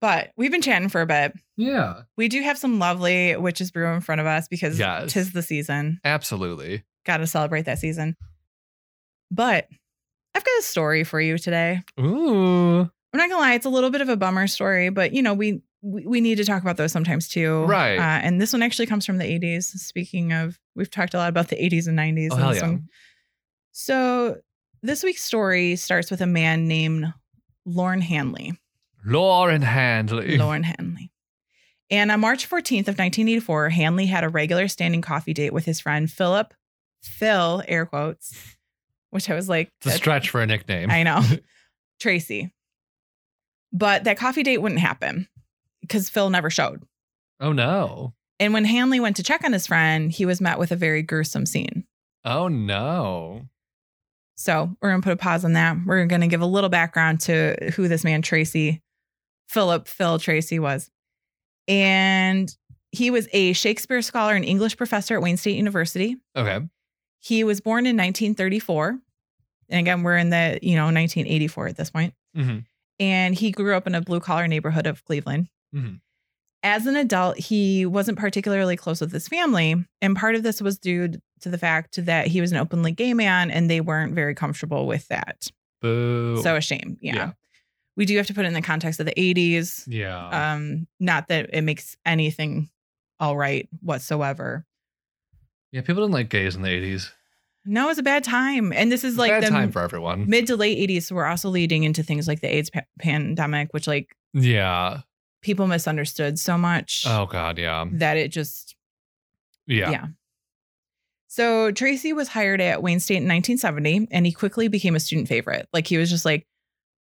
[SPEAKER 3] But we've been chatting for a bit.
[SPEAKER 2] Yeah.
[SPEAKER 3] We do have some lovely witches brew in front of us because
[SPEAKER 2] Yes.
[SPEAKER 3] tis the season.
[SPEAKER 2] Absolutely.
[SPEAKER 3] Got to celebrate that season. But I've got a story for you today.
[SPEAKER 2] Ooh.
[SPEAKER 3] I'm not gonna lie, it's a little bit of a bummer story, but you know, we we, we need to talk about those sometimes too.
[SPEAKER 2] Right.
[SPEAKER 3] Uh, and this one actually comes from the 80s. Speaking of, we've talked a lot about the 80s and 90s.
[SPEAKER 2] Oh
[SPEAKER 3] and
[SPEAKER 2] hell
[SPEAKER 3] this
[SPEAKER 2] yeah.
[SPEAKER 3] one- So this week's story starts with a man named Lorne Hanley.
[SPEAKER 2] Lauren Handley.
[SPEAKER 3] Lauren Hanley. And on March 14th of 1984, Hanley had a regular standing coffee date with his friend Philip, Phil, air quotes, which I was like,
[SPEAKER 2] It's a
[SPEAKER 3] "That's-
[SPEAKER 2] stretch for a nickname.
[SPEAKER 3] I know. Tracy. But that coffee date wouldn't happen because Phil never showed.
[SPEAKER 2] oh no.
[SPEAKER 3] And when Hanley went to check on his friend, he was met with a very gruesome scene.
[SPEAKER 2] Oh no.
[SPEAKER 3] So we're going to put a pause on that. We're going to give a little background to who this man, Tracy, Philip Phil Tracy, was. And he was a Shakespeare scholar and English professor at Wayne State University.
[SPEAKER 2] Okay.
[SPEAKER 3] He was born in 1934. And again, we're in the, you know, 1984 at this point.
[SPEAKER 2] Mhm.
[SPEAKER 3] and he grew up in a blue collar neighborhood of Cleveland.
[SPEAKER 2] Mhm.
[SPEAKER 3] As an adult, he wasn't particularly close with his family, and part of this was due to the fact that he was an openly gay man, and they weren't very comfortable with that.
[SPEAKER 2] Boo.
[SPEAKER 3] So a shame. Yeah.
[SPEAKER 2] Yeah.
[SPEAKER 3] we do have to put it in the context of the '80s.
[SPEAKER 2] yeah.
[SPEAKER 3] Um, not that it makes anything all right whatsoever.
[SPEAKER 2] yeah. People didn't like gays in the eighties.
[SPEAKER 3] No, it's a bad time, and this is like
[SPEAKER 2] Bad
[SPEAKER 3] the
[SPEAKER 2] time for everyone.
[SPEAKER 3] mid to late '80s. So we're also leading into things like the AIDS pa- pandemic, which like
[SPEAKER 2] yeah.
[SPEAKER 3] people misunderstood so much.
[SPEAKER 2] Oh god. Yeah.
[SPEAKER 3] that it just
[SPEAKER 2] Yeah.
[SPEAKER 3] Yeah. So Tracy was hired at Wayne State in 1970, and he quickly became a student favorite. Like he was just like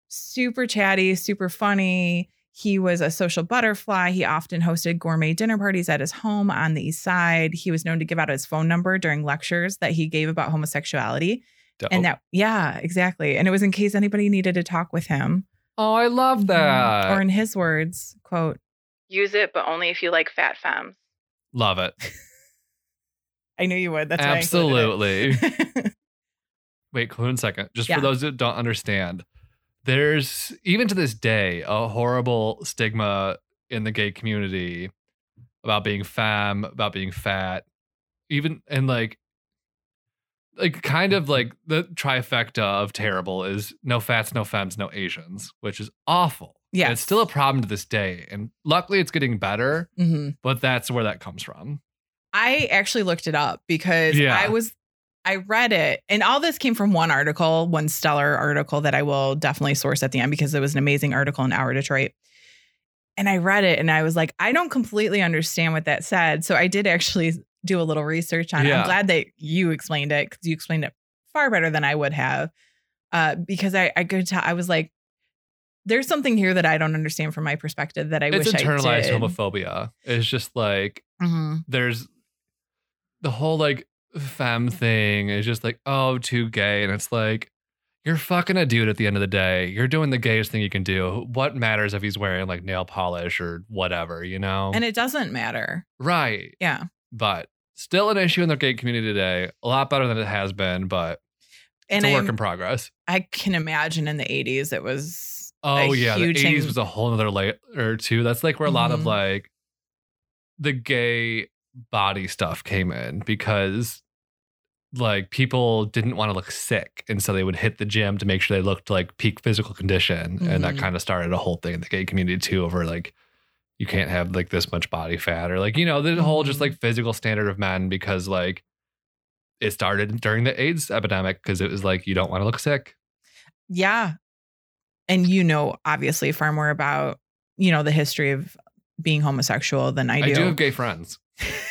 [SPEAKER 3] super chatty, super funny. He was a social butterfly. He often hosted gourmet dinner parties at his home on the east side. He was known to give out his phone number during lectures that he gave about homosexuality.
[SPEAKER 2] Dope.
[SPEAKER 3] And that, yeah, exactly. And it was in case anybody needed to talk with him. Um,
[SPEAKER 2] oh, I love that.
[SPEAKER 3] Mm-hmm. Or in his words, quote, use it, but only if you like fat femmes.
[SPEAKER 2] love it.
[SPEAKER 3] I knew you would. That's why I included
[SPEAKER 2] Absolutely.
[SPEAKER 3] it.
[SPEAKER 2] Wait, hold on a second. Just
[SPEAKER 3] Yeah.
[SPEAKER 2] for those that don't understand, there's even to this day a horrible stigma in the gay community about being femme, about being fat, even and like like kind of like the trifecta of terrible is no fats, no femmes, no Asians, which is awful. And
[SPEAKER 3] Yes.
[SPEAKER 2] It's still a problem to this day. And luckily it's getting better,
[SPEAKER 3] Mhm.
[SPEAKER 2] but that's where that comes from.
[SPEAKER 3] I actually looked it up because
[SPEAKER 2] Yeah.
[SPEAKER 3] I was I read it and all this came from one article, one stellar article that I will definitely source at the end because it was an amazing article in Our Detroit. And I read it and I was like, I don't completely understand what that said. So I did actually do a little research on it.
[SPEAKER 2] Yeah.
[SPEAKER 3] I'm glad that you explained it because you explained it far better than I would have. Uh, because I, I could tell I was like, there's something here that I don't understand from my perspective that I
[SPEAKER 2] it's
[SPEAKER 3] wish I
[SPEAKER 2] internalized
[SPEAKER 3] did.
[SPEAKER 2] homophobia. It's just like
[SPEAKER 3] Mhm.
[SPEAKER 2] there's the whole like femme thing is just like, oh, too gay. And it's like, you're fucking a dude at the end of the day. You're doing the gayest thing you can do. What matters if he's wearing like nail polish or whatever, you know?
[SPEAKER 3] And it doesn't matter.
[SPEAKER 2] right.
[SPEAKER 3] Yeah.
[SPEAKER 2] But still an issue in the gay community today. A lot better than it has been, but
[SPEAKER 3] and
[SPEAKER 2] it's a work
[SPEAKER 3] I'm-
[SPEAKER 2] in progress.
[SPEAKER 3] I can imagine in the 80s it was
[SPEAKER 2] Oh yeah, the
[SPEAKER 3] huge
[SPEAKER 2] eighties
[SPEAKER 3] thing-
[SPEAKER 2] was a whole other layer too. That's like where a lot of
[SPEAKER 3] Mhm.
[SPEAKER 2] like the gay body stuff came in because like people didn't want to look sick, and so they would hit the gym to make sure they looked like peak physical condition, and that
[SPEAKER 3] Mhm.
[SPEAKER 2] kind of started a whole thing in the gay community too over like you can't have like this much body fat or like you know the whole just
[SPEAKER 3] Mhm.
[SPEAKER 2] like physical standard of men because like it started during the AIDS epidemic because it was like you don't want to look sick.
[SPEAKER 3] yeah and you know obviously far more about you know the history of being homosexual than I do,
[SPEAKER 2] I do have gay friends.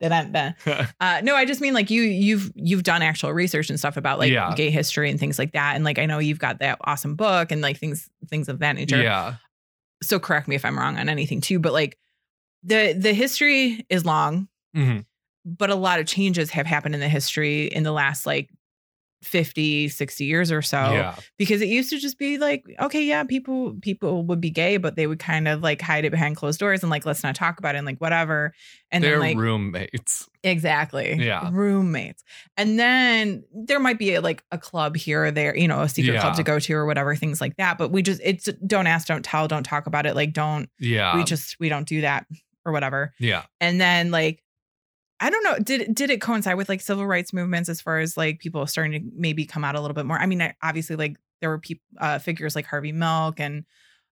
[SPEAKER 3] Than I- than- uh, no I just mean like you you've you've done actual research and stuff about like
[SPEAKER 2] Yeah.
[SPEAKER 3] gay history and things like that and like I know you've got that awesome book and like things things of that nature
[SPEAKER 2] Yeah.
[SPEAKER 3] so correct me if I'm wrong on anything too but like the the history is long
[SPEAKER 2] hmm
[SPEAKER 3] but a lot of changes have happened in the history in the last like 50 60 years or so
[SPEAKER 2] Yeah.
[SPEAKER 3] because it used to just be like okay yeah people people would be gay but they would kind of like hide it behind closed doors and like let's not talk about it and like whatever and
[SPEAKER 2] They're
[SPEAKER 3] then like
[SPEAKER 2] roommates.
[SPEAKER 3] exactly
[SPEAKER 2] Yeah.
[SPEAKER 3] roommates and then there might be like a club here or there you know a secret club
[SPEAKER 2] Yeah.
[SPEAKER 3] to go to or whatever things like that but we just it's don't ask don't tell don't talk about it like don't
[SPEAKER 2] Yeah.
[SPEAKER 3] we just we don't do that or whatever
[SPEAKER 2] yeah.
[SPEAKER 3] and then like i don't know did did it coincide with like civil rights movements as far as like people starting to maybe come out a little bit more i mean I, obviously like there were people uh, figures like harvey milk and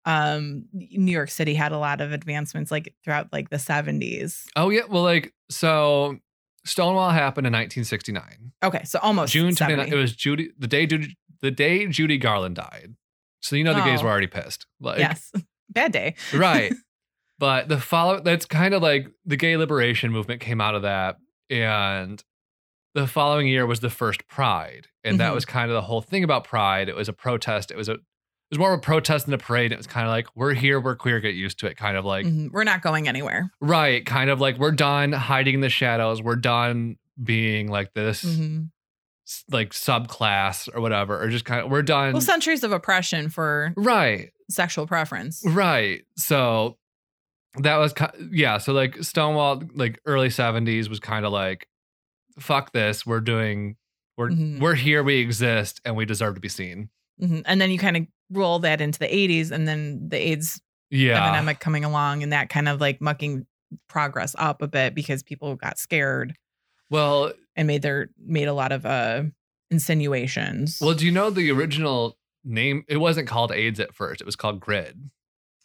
[SPEAKER 3] um new york city had a lot of advancements like throughout like the 70s
[SPEAKER 2] Oh yeah. Well, like so, Stonewall happened in 1969,
[SPEAKER 3] okay so almost
[SPEAKER 2] June 29.
[SPEAKER 3] 70.
[SPEAKER 2] It was Judy the day Judy the day Judy Garland died. So you know the gays
[SPEAKER 3] Oh.
[SPEAKER 2] were already pissed. Like,
[SPEAKER 3] yes bad day
[SPEAKER 2] right. But the follow that's kind of like the gay liberation movement came out of that, and the following year was the first Pride, and that
[SPEAKER 3] Mhm.
[SPEAKER 2] was kind of the whole thing about Pride. It was a protest. It was a it was more of a protest than a parade. It was kind of like we're here, we're queer, get used to it. Kind of like
[SPEAKER 3] Mhm. we're not going anywhere
[SPEAKER 2] Right. Kind of like we're done hiding in the shadows. We're done being like this
[SPEAKER 3] Mhm.
[SPEAKER 2] s- like subclass or whatever. Or just kind of we're done.
[SPEAKER 3] well centuries of oppression for
[SPEAKER 2] right.
[SPEAKER 3] sexual preference
[SPEAKER 2] Right. So that was ki- yeah, so like Stonewall like early 70s was kind of like fuck this. We're doing we're
[SPEAKER 3] Mhm.
[SPEAKER 2] we're here, we exist and we deserve to be seen.
[SPEAKER 3] Mhm. and then you kind of roll that into the 80s and then the aids
[SPEAKER 2] Yeah.
[SPEAKER 3] epidemic coming along and that kind of like mucking progress up a bit because people got scared
[SPEAKER 2] well,
[SPEAKER 3] and made their made a lot of uh insinuations.
[SPEAKER 2] well, do you know the original name it wasn't called AIDS at first. It was called GRID,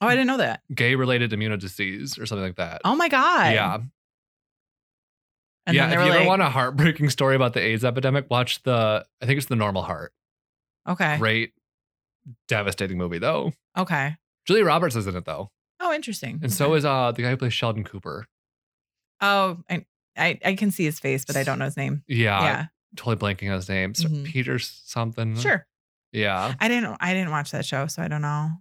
[SPEAKER 3] oh, I didn't know that.
[SPEAKER 2] gay related immunodisease or something like that.
[SPEAKER 3] Oh my god.
[SPEAKER 2] yeah.
[SPEAKER 3] And
[SPEAKER 2] yeah,
[SPEAKER 3] then they
[SPEAKER 2] if
[SPEAKER 3] were
[SPEAKER 2] you
[SPEAKER 3] like,
[SPEAKER 2] ever want a heartbreaking story about the AIDS epidemic, watch the I think it's the Normal Heart.
[SPEAKER 3] okay.
[SPEAKER 2] Great, devastating movie though.
[SPEAKER 3] Okay.
[SPEAKER 2] Julia Roberts is in it though,
[SPEAKER 3] Oh, interesting.
[SPEAKER 2] and so is uh the guy who plays Sheldon Cooper.
[SPEAKER 3] Oh, I, I, I can see his face, but I don't know his name.
[SPEAKER 2] Yeah,
[SPEAKER 3] yeah.
[SPEAKER 2] totally blanking on his name. Sir
[SPEAKER 3] Mhm.
[SPEAKER 2] Peter something.
[SPEAKER 3] Sure.
[SPEAKER 2] Yeah.
[SPEAKER 3] I didn't I didn't watch that show, so I don't know.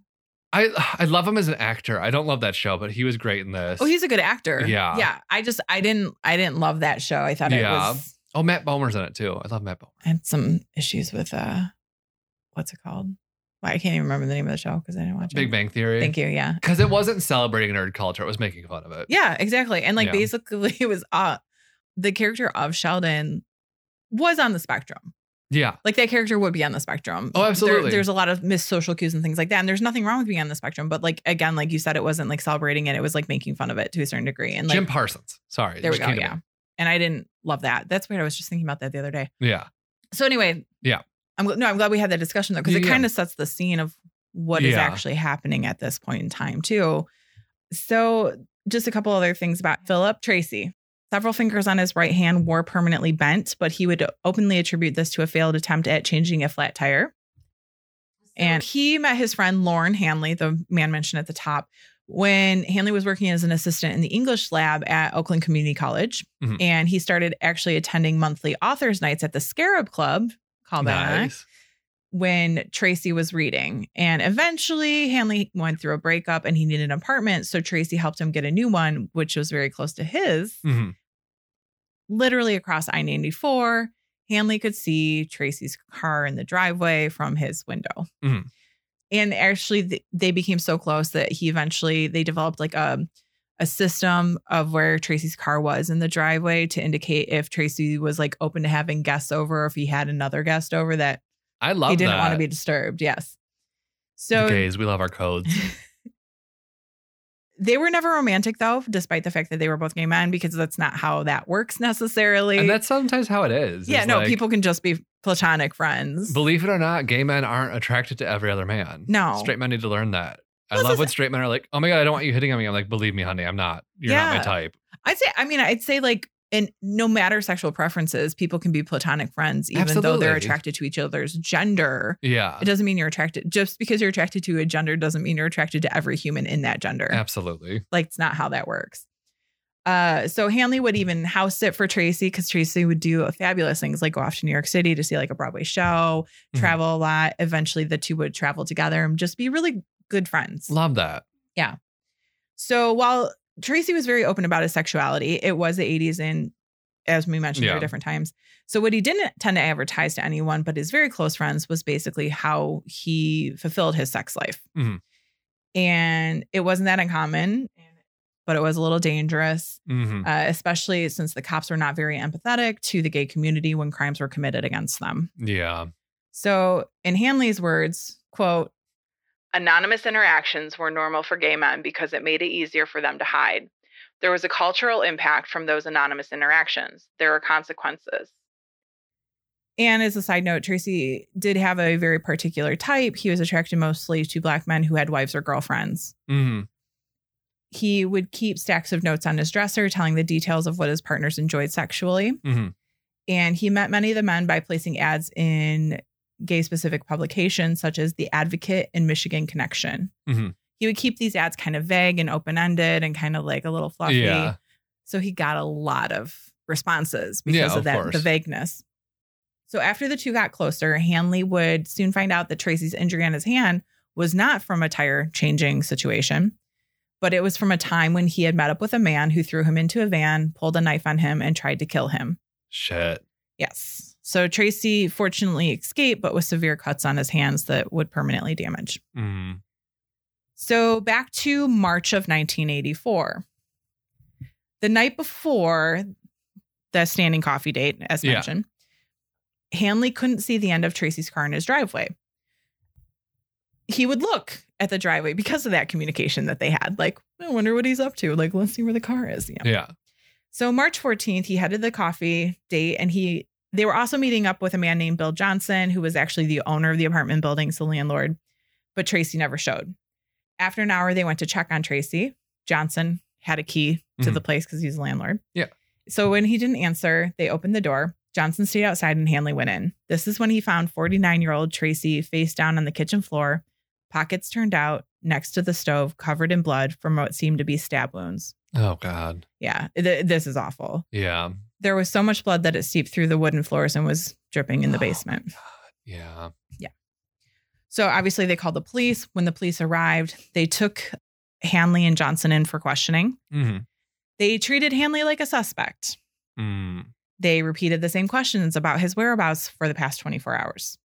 [SPEAKER 2] I I love him as an actor. I don't love that show, but he was great in this.
[SPEAKER 3] Oh, he's a good actor.
[SPEAKER 2] Yeah.
[SPEAKER 3] Yeah. I just I didn't I didn't love that show. I thought
[SPEAKER 2] Yeah.
[SPEAKER 3] it was
[SPEAKER 2] oh Matt Bomer's in it too. I love Matt Bomer.
[SPEAKER 3] I had some issues with uh what's it called? Well, I can't even remember the name of the show because I didn't watch it.
[SPEAKER 2] Big Bang Theory.
[SPEAKER 3] Thank you. Yeah.
[SPEAKER 2] Because it wasn't celebrating nerd culture; it was making fun of it.
[SPEAKER 3] Yeah, exactly. And like
[SPEAKER 2] Yeah.
[SPEAKER 3] basically it was uh the character of Sheldon was on the spectrum.
[SPEAKER 2] Yeah.
[SPEAKER 3] Like that character would be on the spectrum.
[SPEAKER 2] Oh,
[SPEAKER 3] There-
[SPEAKER 2] absolutely.
[SPEAKER 3] there's a lot of missed social cues and things like that. And there's nothing wrong with being on the spectrum. But like again, like you said, it wasn't like celebrating it. It was like making fun of it to a certain degree. And like
[SPEAKER 2] Jim Parsons. Sorry.
[SPEAKER 3] there we
[SPEAKER 2] just
[SPEAKER 3] go.
[SPEAKER 2] came to
[SPEAKER 3] Yeah. And I didn't love that. That's weird. I was just thinking about that the other day.
[SPEAKER 2] me. Yeah.
[SPEAKER 3] So anyway,
[SPEAKER 2] Yeah.
[SPEAKER 3] I'm gl- no, I'm glad we had that discussion though, because it
[SPEAKER 2] Yeah.
[SPEAKER 3] kind of sets the scene of what is
[SPEAKER 2] Yeah.
[SPEAKER 3] actually happening at this point in time too. So just a couple other things about Philip Tracy. Several fingers on his right hand were permanently bent, but he would openly attribute this to a failed attempt at changing a flat tire. And he met his friend Lauren Hanley, the man mentioned at the top, when Hanley was working as an assistant in the English lab at Oakland Community College.
[SPEAKER 2] Mhm.
[SPEAKER 3] And he started actually attending monthly authors' nights at the Scarab Club, callback,
[SPEAKER 2] Nice.
[SPEAKER 3] when Tracy was reading. And eventually, Hanley went through a breakup and he needed an apartment. So Tracy helped him get a new one, which was very close to his
[SPEAKER 2] Mhm.
[SPEAKER 3] literally across I 94. Hanley could see Tracy's car in the driveway from his window.
[SPEAKER 2] Mhm.
[SPEAKER 3] And actually, th- they became so close that he eventually they developed like a a system of where Tracy's car was in the driveway to indicate if Tracy was like open to having guests over, if he had another guest over that
[SPEAKER 2] I love
[SPEAKER 3] he didn't
[SPEAKER 2] that.
[SPEAKER 3] want to be disturbed. Yes.
[SPEAKER 2] The
[SPEAKER 3] So
[SPEAKER 2] gays. We love our codes.
[SPEAKER 3] they were never romantic though, despite the fact that they were both gay men, because that's not how that works necessarily.
[SPEAKER 2] and that's sometimes how it is.
[SPEAKER 3] Yeah,
[SPEAKER 2] is
[SPEAKER 3] no,
[SPEAKER 2] like,
[SPEAKER 3] people can just be platonic friends.
[SPEAKER 2] Believe it or not, gay men aren't attracted to every other man.
[SPEAKER 3] No.
[SPEAKER 2] Straight men need to learn that. I
[SPEAKER 3] Plus
[SPEAKER 2] love
[SPEAKER 3] it's-
[SPEAKER 2] when straight men are like, oh my God, I don't want you hitting on me. I'm like, believe me, honey, I'm not. You're not
[SPEAKER 3] Yeah.
[SPEAKER 2] my type.
[SPEAKER 3] I'd say, I mean, I'd say like, and no matter sexual preferences, people can be platonic friends, even though
[SPEAKER 2] Absolutely.
[SPEAKER 3] they're
[SPEAKER 2] Uh
[SPEAKER 3] attracted to each other's gender.
[SPEAKER 2] Yeah.
[SPEAKER 3] It doesn't mean you're attracted. Just because you're attracted to a gender doesn't mean you're attracted to every human in that gender.
[SPEAKER 2] Absolutely.
[SPEAKER 3] Like, it's not how that works. Uh, so Hanley would even house sit for Tracy because Tracy would do fabulous things like go off to New York City to see like a Broadway show,
[SPEAKER 2] Mhm.
[SPEAKER 3] travel a lot. Eventually, the two would travel together and just be really good friends.
[SPEAKER 2] Love that.
[SPEAKER 3] So while Tracy was very open about his sexuality, it was the 80s and as we mentioned there
[SPEAKER 2] Yeah.
[SPEAKER 3] were different times. So what he didn't tend to advertise to anyone but his very close friends was basically how he fulfilled his sex life.
[SPEAKER 2] Mhm.
[SPEAKER 3] And it wasn't that uncommon, but it was a little dangerous,
[SPEAKER 2] hmm
[SPEAKER 3] uh, especially since the cops were not very empathetic to the gay community when crimes were committed against them.
[SPEAKER 2] Yeah.
[SPEAKER 3] So, in Hanley's words, quote, anonymous interactions were normal for gay men because it made it easier for them to hide. There was a cultural impact from those anonymous interactions. There are consequences. And as a side note, Tracy did have a very particular type. He was attracted mostly to black men who had wives or girlfriends.
[SPEAKER 2] hmm
[SPEAKER 3] He would keep stacks of notes on his dresser telling the details of what his partners enjoyed sexually
[SPEAKER 2] hmm
[SPEAKER 3] and he met many of the men by placing ads in gay specific publications such as the advocate and michigan connection
[SPEAKER 2] Mhm.
[SPEAKER 3] he would keep these ads kind of vague and open-ended and kind of like a little fluffy
[SPEAKER 2] Yeah.
[SPEAKER 3] so he got a lot of responses
[SPEAKER 2] Yeah,
[SPEAKER 3] because
[SPEAKER 2] of
[SPEAKER 3] of that
[SPEAKER 2] course.
[SPEAKER 3] the vagueness so after the two got closer hanley would soon find out that tracy's injury on his hand was not from a tire changing situation but it was from a time when he had met up with a man who threw him into a van pulled a knife on him and tried to kill him
[SPEAKER 2] Shit.
[SPEAKER 3] Yes. So Tracy fortunately escaped, but with severe cuts on his hands that would permanently damage.
[SPEAKER 2] Mm.
[SPEAKER 3] So back to March of 1984. The night before the standing coffee date, as
[SPEAKER 2] Yeah.
[SPEAKER 3] mentioned, Hanley couldn't see the end of Tracy's car in his driveway. He would look at the driveway because of that communication that they had. Like, I wonder what he's up to. Like, let's see where the car is. Yeah.
[SPEAKER 2] Yeah.
[SPEAKER 3] So March 14th, he headed the coffee date and he they were also meeting up with a man named Bill Johnson, who was actually the owner of the apartment buildings, the landlord, but Tracy never showed. After an hour, they went to check on Tracy. Johnson had a key to the place because he's a landlord.
[SPEAKER 2] Yeah.
[SPEAKER 3] So when he didn't answer, they opened the door. Johnson stayed outside and Hanley went in. This is when he found 49 year old Tracy face down on the kitchen floor, pockets turned out, next to the stove, covered in blood from what seemed to be stab wounds.
[SPEAKER 2] Oh God.
[SPEAKER 3] Yeah, th- this is awful.
[SPEAKER 2] Yeah.
[SPEAKER 3] There was so much blood that it seeped through the wooden floors and was dripping in the basement.
[SPEAKER 2] Yeah.
[SPEAKER 3] So obviously they called the police. When the police arrived, they took Hanley and Johnson in for questioning.
[SPEAKER 2] hmm
[SPEAKER 3] They treated Hanley like a suspect.
[SPEAKER 2] Mm.
[SPEAKER 3] They repeated the same questions about his whereabouts for the past 24 hours.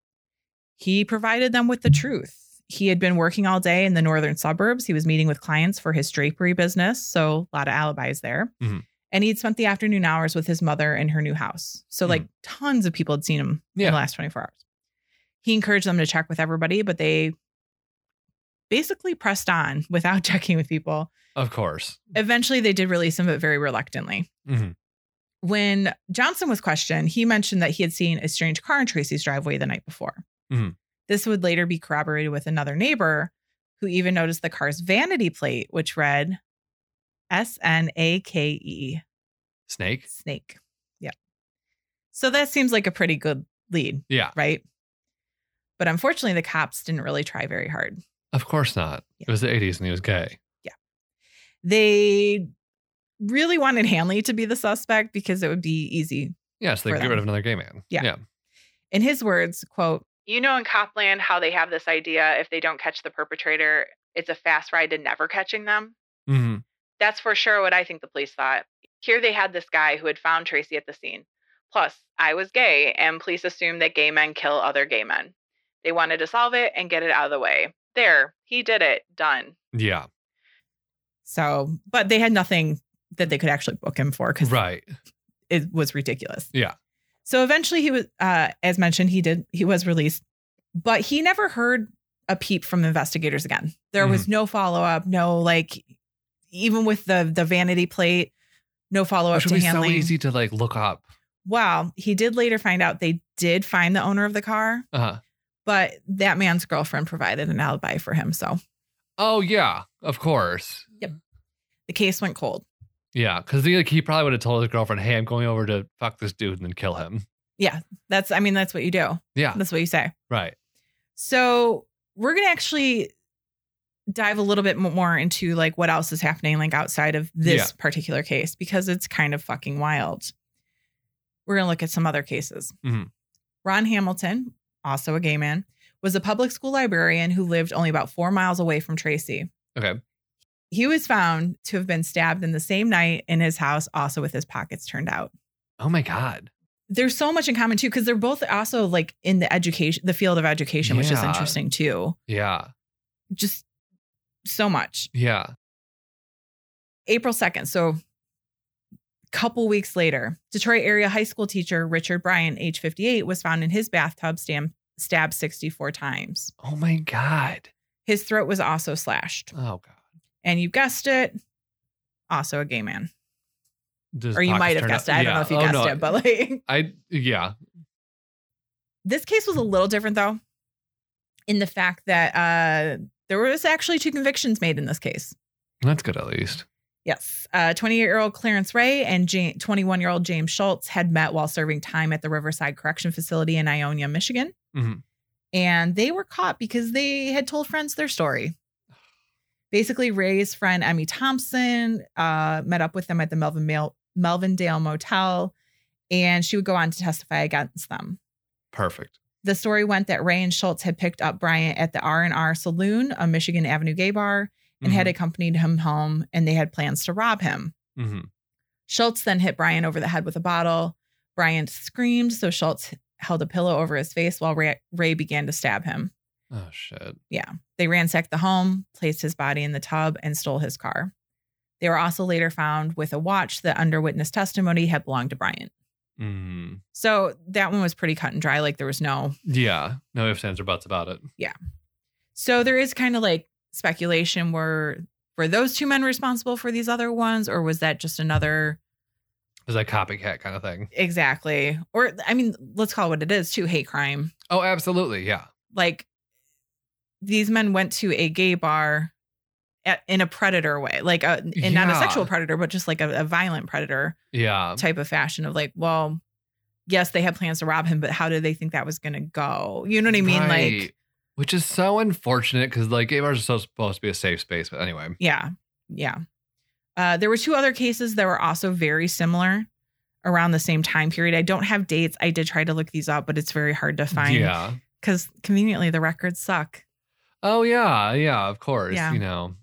[SPEAKER 3] He provided them with the truth. He had been working all day in the northern suburbs. He was meeting with clients for his drapery business, so a lot of alibis there.
[SPEAKER 2] Mhm.
[SPEAKER 3] And he'd spent the afternoon hours with his mother in her new house. So, like, tons of people had seen him
[SPEAKER 2] Yeah.
[SPEAKER 3] in the last 24 hours. He encouraged them to check with everybody, but they basically pressed on without checking with people
[SPEAKER 2] Of course.
[SPEAKER 3] eventually they did release him, but very reluctantly.
[SPEAKER 2] Mhm.
[SPEAKER 3] When Johnson was questioned, he mentioned that he had seen a strange car in Tracy's driveway the night before.
[SPEAKER 2] Mhm.
[SPEAKER 3] This would later be corroborated with another neighbor who even noticed the car's vanity plate, which read S N A K E,
[SPEAKER 2] Snake.
[SPEAKER 3] snake. Yep. So that seems like a pretty good lead,
[SPEAKER 2] Yeah.
[SPEAKER 3] right? But unfortunately, the cops didn't really try very hard.
[SPEAKER 2] Of course not. It was the 80s and he was gay.
[SPEAKER 3] They really wanted Hanley to be the suspect because it would be easy
[SPEAKER 2] Yeah. So they
[SPEAKER 3] For
[SPEAKER 2] get rid
[SPEAKER 3] them.
[SPEAKER 2] of another gay man.
[SPEAKER 3] Yeah.
[SPEAKER 2] Yeah.
[SPEAKER 3] in his words, quote, You know in Copland how they have this idea if they don't catch the perpetrator, it's a fast ride to never catching them.
[SPEAKER 2] hmm
[SPEAKER 4] That's for sure what I think the police thought. Here they had this guy who had found Tracy at the scene. Plus, I was gay, and police assumed that gay men kill other gay men. They wanted to solve it and get it out of the way. There, he did it. Done.
[SPEAKER 2] Yeah.
[SPEAKER 3] So, but they had nothing that they could actually book him for because
[SPEAKER 2] Right.
[SPEAKER 3] it was ridiculous.
[SPEAKER 2] Yeah.
[SPEAKER 3] So eventually he was, uh, as mentioned, he did, he was released, but he never heard a peep from investigators again. There was
[SPEAKER 2] Mm-hmm.
[SPEAKER 3] no follow up, no like, even with the the vanity plate, no follow up
[SPEAKER 2] Which
[SPEAKER 3] to
[SPEAKER 2] would be
[SPEAKER 3] Hanley.
[SPEAKER 2] so easy to like look up.
[SPEAKER 3] Well, he did later find out they did find the owner of the car.
[SPEAKER 2] Uh-huh.
[SPEAKER 3] but that man's girlfriend provided an alibi for him. So
[SPEAKER 2] Oh yeah. Of course.
[SPEAKER 3] the case went cold.
[SPEAKER 2] Yeah. Because he, like, he probably would have told his girlfriend, "Hey, I'm going over to fuck this dude and then kill him."
[SPEAKER 3] That's, I mean, that's what you do.
[SPEAKER 2] Yeah.
[SPEAKER 3] That's what you say.
[SPEAKER 2] Right.
[SPEAKER 3] So we're going to actually dive a little bit mo- more into like what else is happening, like outside of this particular case, because it's kind of fucking wild. We're going to look at some other cases.
[SPEAKER 2] Mhm.
[SPEAKER 3] Ron Hamilton, also a gay man, was a public school librarian who lived only about four miles away from Tracy.
[SPEAKER 2] Okay.
[SPEAKER 3] He was found to have been stabbed in the same night in his house, also with his pockets turned out.
[SPEAKER 2] Oh my God.
[SPEAKER 3] there's so much in common too because they're both also like in the education the field of education which is
[SPEAKER 2] Yeah.
[SPEAKER 3] interesting too
[SPEAKER 2] Yeah.
[SPEAKER 3] just so much
[SPEAKER 2] Yeah.
[SPEAKER 3] april 2nd so couple weeks later detroit area high school teacher richard bryant age 58 was found in his bathtub stam- stabbed 64 times
[SPEAKER 2] Oh my God.
[SPEAKER 3] his throat was also slashed
[SPEAKER 2] Oh God.
[SPEAKER 3] and you guessed it also a gay man
[SPEAKER 2] Does
[SPEAKER 3] or you
[SPEAKER 2] pockets
[SPEAKER 3] might have
[SPEAKER 2] turn
[SPEAKER 3] guessed
[SPEAKER 2] up?
[SPEAKER 3] it i
[SPEAKER 2] Yeah.
[SPEAKER 3] don't know if you
[SPEAKER 2] Oh,
[SPEAKER 3] guessed
[SPEAKER 2] no.
[SPEAKER 3] it but like
[SPEAKER 2] I yeah.
[SPEAKER 3] This case was a little different though, in the fact that uh, there was actually two convictions made in this case.
[SPEAKER 2] That's good at least.
[SPEAKER 3] Yes, Uh, twenty-eight-year-old Clarence Ray and twenty-one-year-old James Schultz had met while serving time at the Riverside Correction Facility in Ionia, Michigan,
[SPEAKER 2] Mhm.
[SPEAKER 3] and they were caught because they had told friends their story. Basically, Ray's friend Emmy Thompson uh, met up with them at the Melvin Mail- Melvindale Motel, and she would go on to testify against them.
[SPEAKER 2] Perfect.
[SPEAKER 3] The story went that Ray and Schultz had picked up Bryant at the R&R Saloon, a Michigan Avenue gay bar, and had accompanied him home and they had plans to rob him.
[SPEAKER 2] hmm
[SPEAKER 3] Schultz then hit Bryant over the head with a bottle. Bryant screamed, so Schultz held a pillow over his face while Ray, Ray began to stab him.
[SPEAKER 2] Oh shit.
[SPEAKER 3] They ransacked the home, placed his body in the tub, and stole his car. They were also later found with a watch that under witness testimony had belonged to Bryant.
[SPEAKER 2] Mm.
[SPEAKER 3] So that one was pretty cut and dry. Like there was no
[SPEAKER 2] Yeah. No ifs, ands, or buts about it.
[SPEAKER 3] So there is kind of like speculation were were those two men responsible for these other ones, or was that just another
[SPEAKER 2] It's like copycat kind of thing.
[SPEAKER 3] exactly? Or I mean, let's call it what it is too hate crime.
[SPEAKER 2] Oh, absolutely. Yeah.
[SPEAKER 3] Like these men went to a gay bar at, in a predator way, like a, and not a
[SPEAKER 2] Yeah.
[SPEAKER 3] sexual predator, but just like a, a violent predator
[SPEAKER 2] Yeah.
[SPEAKER 3] type of fashion of like, well, yes, they had plans to rob him, but how did they think that was going to go? You know what I mean? Like,
[SPEAKER 2] Right. which is so unfortunate because like gay bars are so supposed to be a safe space. But anyway,
[SPEAKER 3] yeah, yeah. Uh, there were two other cases that were also very similar around the same time period. I don't have dates. I did try to look these up, but it's very hard to find
[SPEAKER 2] Yeah.
[SPEAKER 3] because conveniently the records suck.
[SPEAKER 2] Oh yeah, yeah, of course.
[SPEAKER 3] Yeah.
[SPEAKER 2] You know.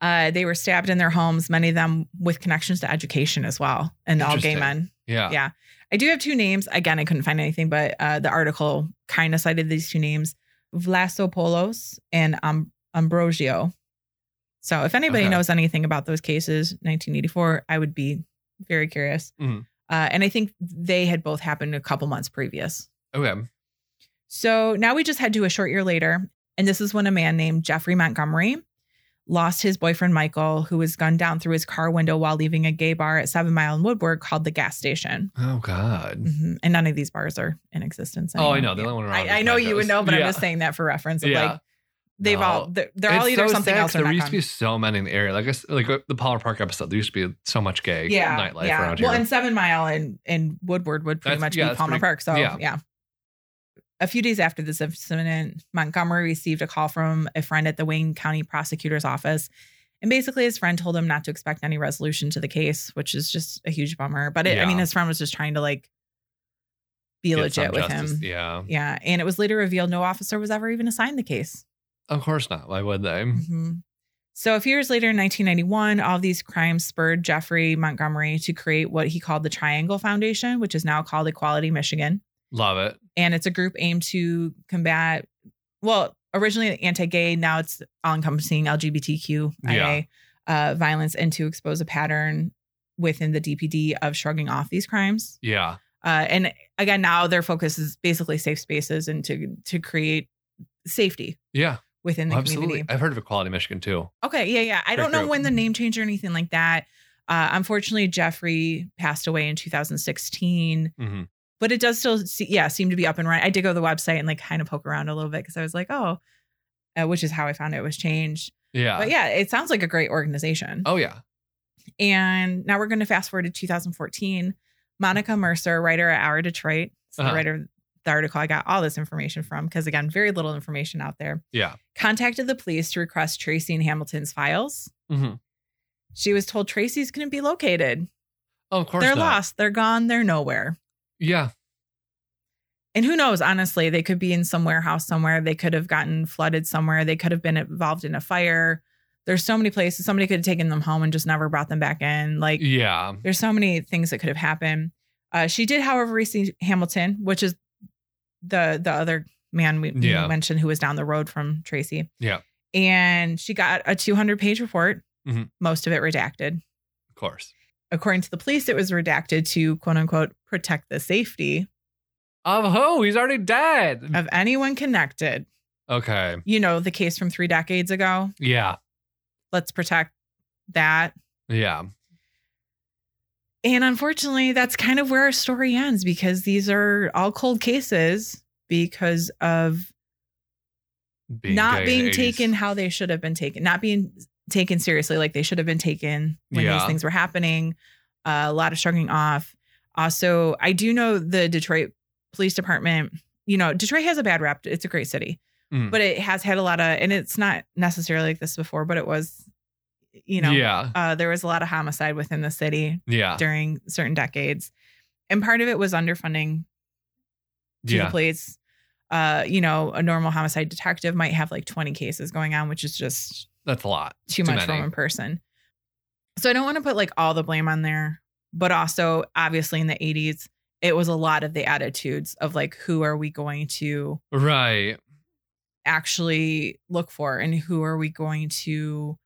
[SPEAKER 3] Uh, they were stabbed in their homes, many of them with connections to education as well, and all gay
[SPEAKER 2] Interesting.
[SPEAKER 3] men.
[SPEAKER 2] Yeah.
[SPEAKER 3] Yeah. I do have two names. Again, I couldn't find anything, but uh, the article kind of cited these two names, Vlasopoulos and um, Ambrosio. So if anybody
[SPEAKER 2] Okay.
[SPEAKER 3] knows anything about those cases, 1984, I would be very curious.
[SPEAKER 2] Mhm.
[SPEAKER 3] Uh, and I think they had both happened a couple months previous.
[SPEAKER 2] Okay.
[SPEAKER 3] So now we just head to a short year later. And this is when a man named Jeffrey Montgomery lost his boyfriend, Michael, who was gunned down through his car window while leaving a gay bar at Seven Mile and Woodward called the gas station.
[SPEAKER 2] Oh God.
[SPEAKER 3] Mhm. And none of these bars are in existence.
[SPEAKER 2] Oh, I
[SPEAKER 3] anymore.
[SPEAKER 2] know. The only one around.
[SPEAKER 3] I, I
[SPEAKER 2] is
[SPEAKER 3] know you would
[SPEAKER 2] Nando's.
[SPEAKER 3] know, but I'm
[SPEAKER 2] Yeah.
[SPEAKER 3] just saying that for reference. Of
[SPEAKER 2] Yeah.
[SPEAKER 3] Like they've
[SPEAKER 2] No.
[SPEAKER 3] all they're, they're
[SPEAKER 2] It's
[SPEAKER 3] all either
[SPEAKER 2] so
[SPEAKER 3] something
[SPEAKER 2] sad
[SPEAKER 3] else
[SPEAKER 2] 'cause
[SPEAKER 3] or
[SPEAKER 2] There
[SPEAKER 3] not
[SPEAKER 2] used to be
[SPEAKER 3] gone.
[SPEAKER 2] so many in the area. Like I s like uh, the Power Park episode. There used to be so much gay nightlife around here.
[SPEAKER 3] Well, and Seven Mile and and Woodward would pretty
[SPEAKER 2] That's-
[SPEAKER 3] much
[SPEAKER 2] yeah,
[SPEAKER 3] be
[SPEAKER 2] that's
[SPEAKER 3] Palmer
[SPEAKER 2] pretty-
[SPEAKER 3] Park. So yeah.
[SPEAKER 2] yeah.
[SPEAKER 3] A few days after this incident, Montgomery received a call from a friend at the Wayne County Prosecutor's Office. And basically, his friend told him not to expect any resolution to the case, which is just a huge bummer. But it, I
[SPEAKER 2] Yeah.
[SPEAKER 3] mean, his friend was just trying to like be
[SPEAKER 2] Get some
[SPEAKER 3] legit with
[SPEAKER 2] justice.
[SPEAKER 3] him.
[SPEAKER 2] Yeah.
[SPEAKER 3] Yeah. And it was later revealed no officer was ever even assigned the case.
[SPEAKER 2] Of course not. Why would they?
[SPEAKER 3] Mhm. So, a few years later in 1991, all these crimes spurred Jeffrey Montgomery to create what he called the Triangle Foundation, which is now called Equality Michigan.
[SPEAKER 2] Love it.
[SPEAKER 3] And it's a group aimed to combat, well, originally anti gay, now it's all encompassing LGBTQIA uh, violence and to expose a pattern within the DPD of shrugging off these crimes.
[SPEAKER 2] Yeah.
[SPEAKER 3] Uh, and again, now their focus is basically safe spaces and to to create safety
[SPEAKER 2] Yeah.
[SPEAKER 3] within the
[SPEAKER 2] Absolutely.
[SPEAKER 3] community.
[SPEAKER 2] I've heard of Equality Michigan too.
[SPEAKER 3] Okay, yeah, yeah. I
[SPEAKER 2] Great
[SPEAKER 3] don't know
[SPEAKER 2] group.
[SPEAKER 3] when the name change or anything like that. Uh, unfortunately, Jeffrey passed away in 2016,
[SPEAKER 2] Mhm.
[SPEAKER 3] but it does still, see, yeah, seem to be up and running. I did go to the website and like kind of poke around a little bit because I was like, oh, uh, which is how I found it was changed.
[SPEAKER 2] Yeah.
[SPEAKER 3] But yeah, it sounds like a great organization.
[SPEAKER 2] Oh yeah.
[SPEAKER 3] And now we're going to fast forward to 2014. Monica Mercer, writer at Our Detroit, it's the
[SPEAKER 2] Uh-huh.
[SPEAKER 3] writer of the article I got all this information from, because again, very little information out there,
[SPEAKER 2] Yeah.
[SPEAKER 3] contacted the police to request Tracy and Hamilton's files.
[SPEAKER 2] Mhm.
[SPEAKER 3] She was told Tracy's couldn't be located.
[SPEAKER 2] Oh, of course
[SPEAKER 3] They're
[SPEAKER 2] not.
[SPEAKER 3] lost. They're gone. They're nowhere.
[SPEAKER 2] Yeah.
[SPEAKER 3] And who knows, honestly, they could be in some warehouse somewhere. They could have gotten flooded somewhere. They could have been involved in a fire. There's so many places. Somebody could have taken them home and just never brought them back in. Like,
[SPEAKER 2] Yeah.
[SPEAKER 3] there's so many things that could have happened. Uh, she did, however, receive Hamilton, which is the the other man we we
[SPEAKER 2] Yeah.
[SPEAKER 3] mentioned who was down the road from Tracy.
[SPEAKER 2] Yeah.
[SPEAKER 3] and she got a 200 page report,
[SPEAKER 2] Mhm.
[SPEAKER 3] most of it redacted.
[SPEAKER 2] Of course.
[SPEAKER 3] According to the police, it was redacted to quote unquote protect the safety
[SPEAKER 2] Of who? He's already dead.
[SPEAKER 3] of anyone connected.
[SPEAKER 2] okay.
[SPEAKER 3] You know, the case from three decades ago.
[SPEAKER 2] Yeah.
[SPEAKER 3] Let's protect that.
[SPEAKER 2] Yeah.
[SPEAKER 3] And unfortunately, that's kind of where our story ends because these are all cold cases because of
[SPEAKER 2] Being
[SPEAKER 3] not
[SPEAKER 2] gay
[SPEAKER 3] being
[SPEAKER 2] in the 80s.
[SPEAKER 3] taken how they should have been taken, not being taken seriously like they should have been taken when these
[SPEAKER 2] Yeah.
[SPEAKER 3] things were happening. Uh, a lot of shrugging off. Also, I do know the Detroit Police Department. You know, Detroit has a bad rap. It's a great city,
[SPEAKER 2] Mm.
[SPEAKER 3] but it has had a lot of, and it's not necessarily like this before, but it was, you know,
[SPEAKER 2] Yeah.
[SPEAKER 3] uh, there was a lot of homicide within the city
[SPEAKER 2] Yeah.
[SPEAKER 3] during certain decades. And part of it was underfunding to the
[SPEAKER 2] Yeah.
[SPEAKER 3] police. Uh, you know, a normal homicide detective might have like 20 cases going on, which is just
[SPEAKER 2] That's a lot.
[SPEAKER 3] too,
[SPEAKER 2] Too
[SPEAKER 3] much for
[SPEAKER 2] many.
[SPEAKER 3] one person. So I don't want to put like all the blame on there, but also obviously in the 80s, it was a lot of the attitudes of like, who are we going to
[SPEAKER 2] Right.
[SPEAKER 3] actually look for and who are we going to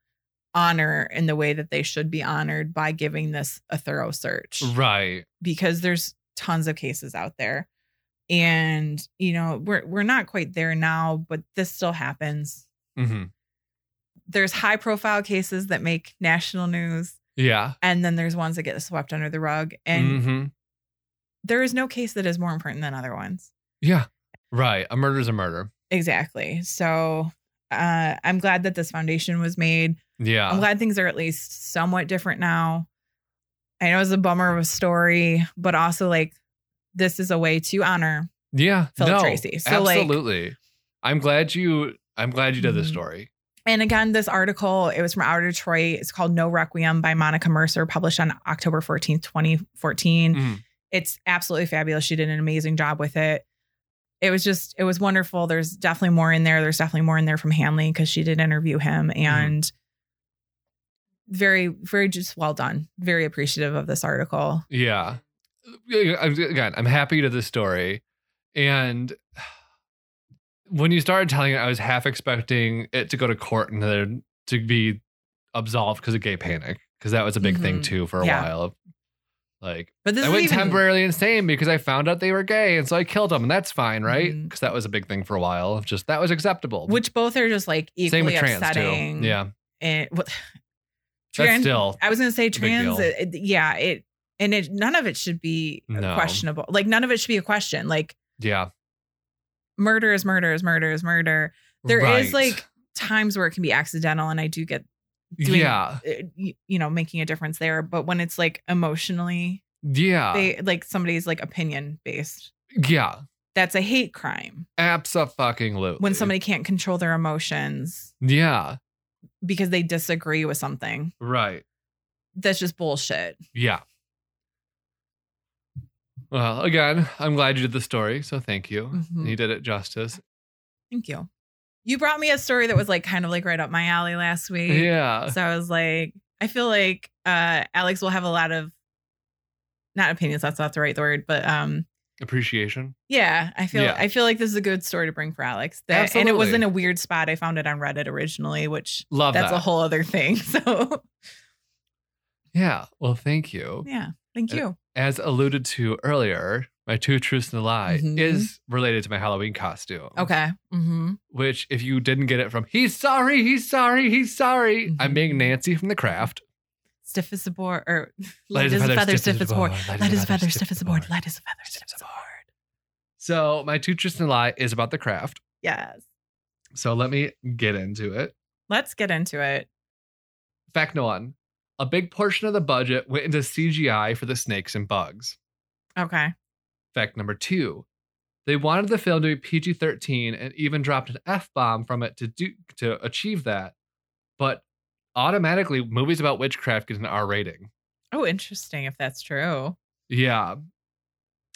[SPEAKER 3] honor in the way that they should be honored by giving this a thorough search?
[SPEAKER 2] Right.
[SPEAKER 3] because there's tons of cases out there and you know we're we're not quite there now but this still happens
[SPEAKER 2] hmm
[SPEAKER 3] there's high profile cases that make national news
[SPEAKER 2] Yeah.
[SPEAKER 3] and then there's ones that get swept under the rug and
[SPEAKER 2] hmm
[SPEAKER 3] there is no case that is more important than other ones
[SPEAKER 2] Yeah. Right. A murder's a murder.
[SPEAKER 3] exactly so uh i'm glad that this foundation was made
[SPEAKER 2] Yeah.
[SPEAKER 3] i'm glad things are at least somewhat different now i know it's a bummer of a story but also like this is a way to honor
[SPEAKER 2] yeah.
[SPEAKER 3] Philip
[SPEAKER 2] no,
[SPEAKER 3] Tracy. So, like-
[SPEAKER 2] absolutely. I'm glad you. I'm glad you did this
[SPEAKER 3] Mhm.
[SPEAKER 2] story.
[SPEAKER 3] And again, this article, it was from Outer Detroit. It's called No Requiem by Monica Mercer, published on October 14th, 2014.
[SPEAKER 2] Mhm.
[SPEAKER 3] It's absolutely fabulous. She did an amazing job with it. It was just, it was wonderful. There's definitely more in there. There's definitely more in there from Hanley because she did interview him
[SPEAKER 2] Hmm.
[SPEAKER 3] and very, very just well done. Very appreciative of this article.
[SPEAKER 2] Yeah. Yeah, I'm- Again, I'm happy to this story. And when you started telling it, I was half expecting it to go to court and then to be absolved because of gay panic, because that was a big thing
[SPEAKER 3] Mhm.
[SPEAKER 2] too for a
[SPEAKER 3] Yeah.
[SPEAKER 2] while. Like,
[SPEAKER 3] But this
[SPEAKER 2] I
[SPEAKER 3] is
[SPEAKER 2] went
[SPEAKER 3] even,
[SPEAKER 2] temporarily insane because I found out they were gay, and so I killed them, and that's fine, right?
[SPEAKER 3] Mhm.
[SPEAKER 2] Because that was a big thing for a while. of Just that was acceptable.
[SPEAKER 3] which both are just like equally
[SPEAKER 2] same with trans
[SPEAKER 3] upsetting.
[SPEAKER 2] too. Yeah,
[SPEAKER 3] And, well,
[SPEAKER 2] that's
[SPEAKER 3] trans,
[SPEAKER 2] still
[SPEAKER 3] I was going to say
[SPEAKER 2] a big
[SPEAKER 3] trans.
[SPEAKER 2] deal.
[SPEAKER 3] it- it- yeah, it and it none of it should be uh,
[SPEAKER 2] No.
[SPEAKER 3] questionable. Like none of it should be a question. Like
[SPEAKER 2] yeah.
[SPEAKER 3] murder is murder is murder is murder. There is
[SPEAKER 2] right.
[SPEAKER 3] like times where it can be accidental, and I do get doing-
[SPEAKER 2] yeah,
[SPEAKER 3] uh, y- you know making a difference there. But when it's like emotionally,
[SPEAKER 2] yeah,
[SPEAKER 3] they like somebody's like opinion based.
[SPEAKER 2] yeah.
[SPEAKER 3] That's a hate crime
[SPEAKER 2] Absolutely.
[SPEAKER 3] when somebody can't control their emotions
[SPEAKER 2] Yeah.
[SPEAKER 3] because they disagree with something.
[SPEAKER 2] Right.
[SPEAKER 3] That's just bullshit.
[SPEAKER 2] Yeah. Well, again, I'm glad you did the story, so thank you.
[SPEAKER 3] Mhm.
[SPEAKER 2] You did it justice.
[SPEAKER 3] Thank you. You brought me a story that was like kind of like right up my alley last week.
[SPEAKER 2] Yeah.
[SPEAKER 3] So I was like, I feel like uh Alex will have a lot of not opinions, that's not the right word, but um
[SPEAKER 2] Appreciation.
[SPEAKER 3] yeah, I feel
[SPEAKER 2] Yeah.
[SPEAKER 3] I feel like this is a good story to bring for Alex. That, And
[SPEAKER 2] Absolutely.
[SPEAKER 3] it was in a weird spot. I found it on Reddit originally, which
[SPEAKER 2] Love
[SPEAKER 3] that's
[SPEAKER 2] that.
[SPEAKER 3] a whole other thing. So
[SPEAKER 2] yeah. Well, thank you.
[SPEAKER 3] yeah, thank
[SPEAKER 2] Uh,
[SPEAKER 3] you.
[SPEAKER 2] As alluded to earlier, my two truths and a lie
[SPEAKER 3] Mhm.
[SPEAKER 2] is related to my Halloween costume.
[SPEAKER 3] Okay. Mm-hmm.
[SPEAKER 2] Which, if you didn't get it from he's sorry, he's sorry, he's sorry, I'm
[SPEAKER 3] Mhm.
[SPEAKER 2] being Nancy from The Craft.
[SPEAKER 3] Stiff as a board or light as a feather, stiff as a board. Light as a feather, stiff as a board. Light as a feather, stiff as a board.
[SPEAKER 2] So, my two truths and a lie is about The Craft.
[SPEAKER 3] Yes.
[SPEAKER 2] So, let me get into it.
[SPEAKER 3] Let's get into it.
[SPEAKER 2] Fact no one. A big portion of the budget went into CGI for the snakes and bugs.
[SPEAKER 3] Okay.
[SPEAKER 2] Fact number two. They wanted the film to be PG 13 and even dropped an F bomb from it to do to achieve that. But automatically movies about witchcraft get an R rating.
[SPEAKER 3] Oh, interesting if that's true.
[SPEAKER 2] Yeah.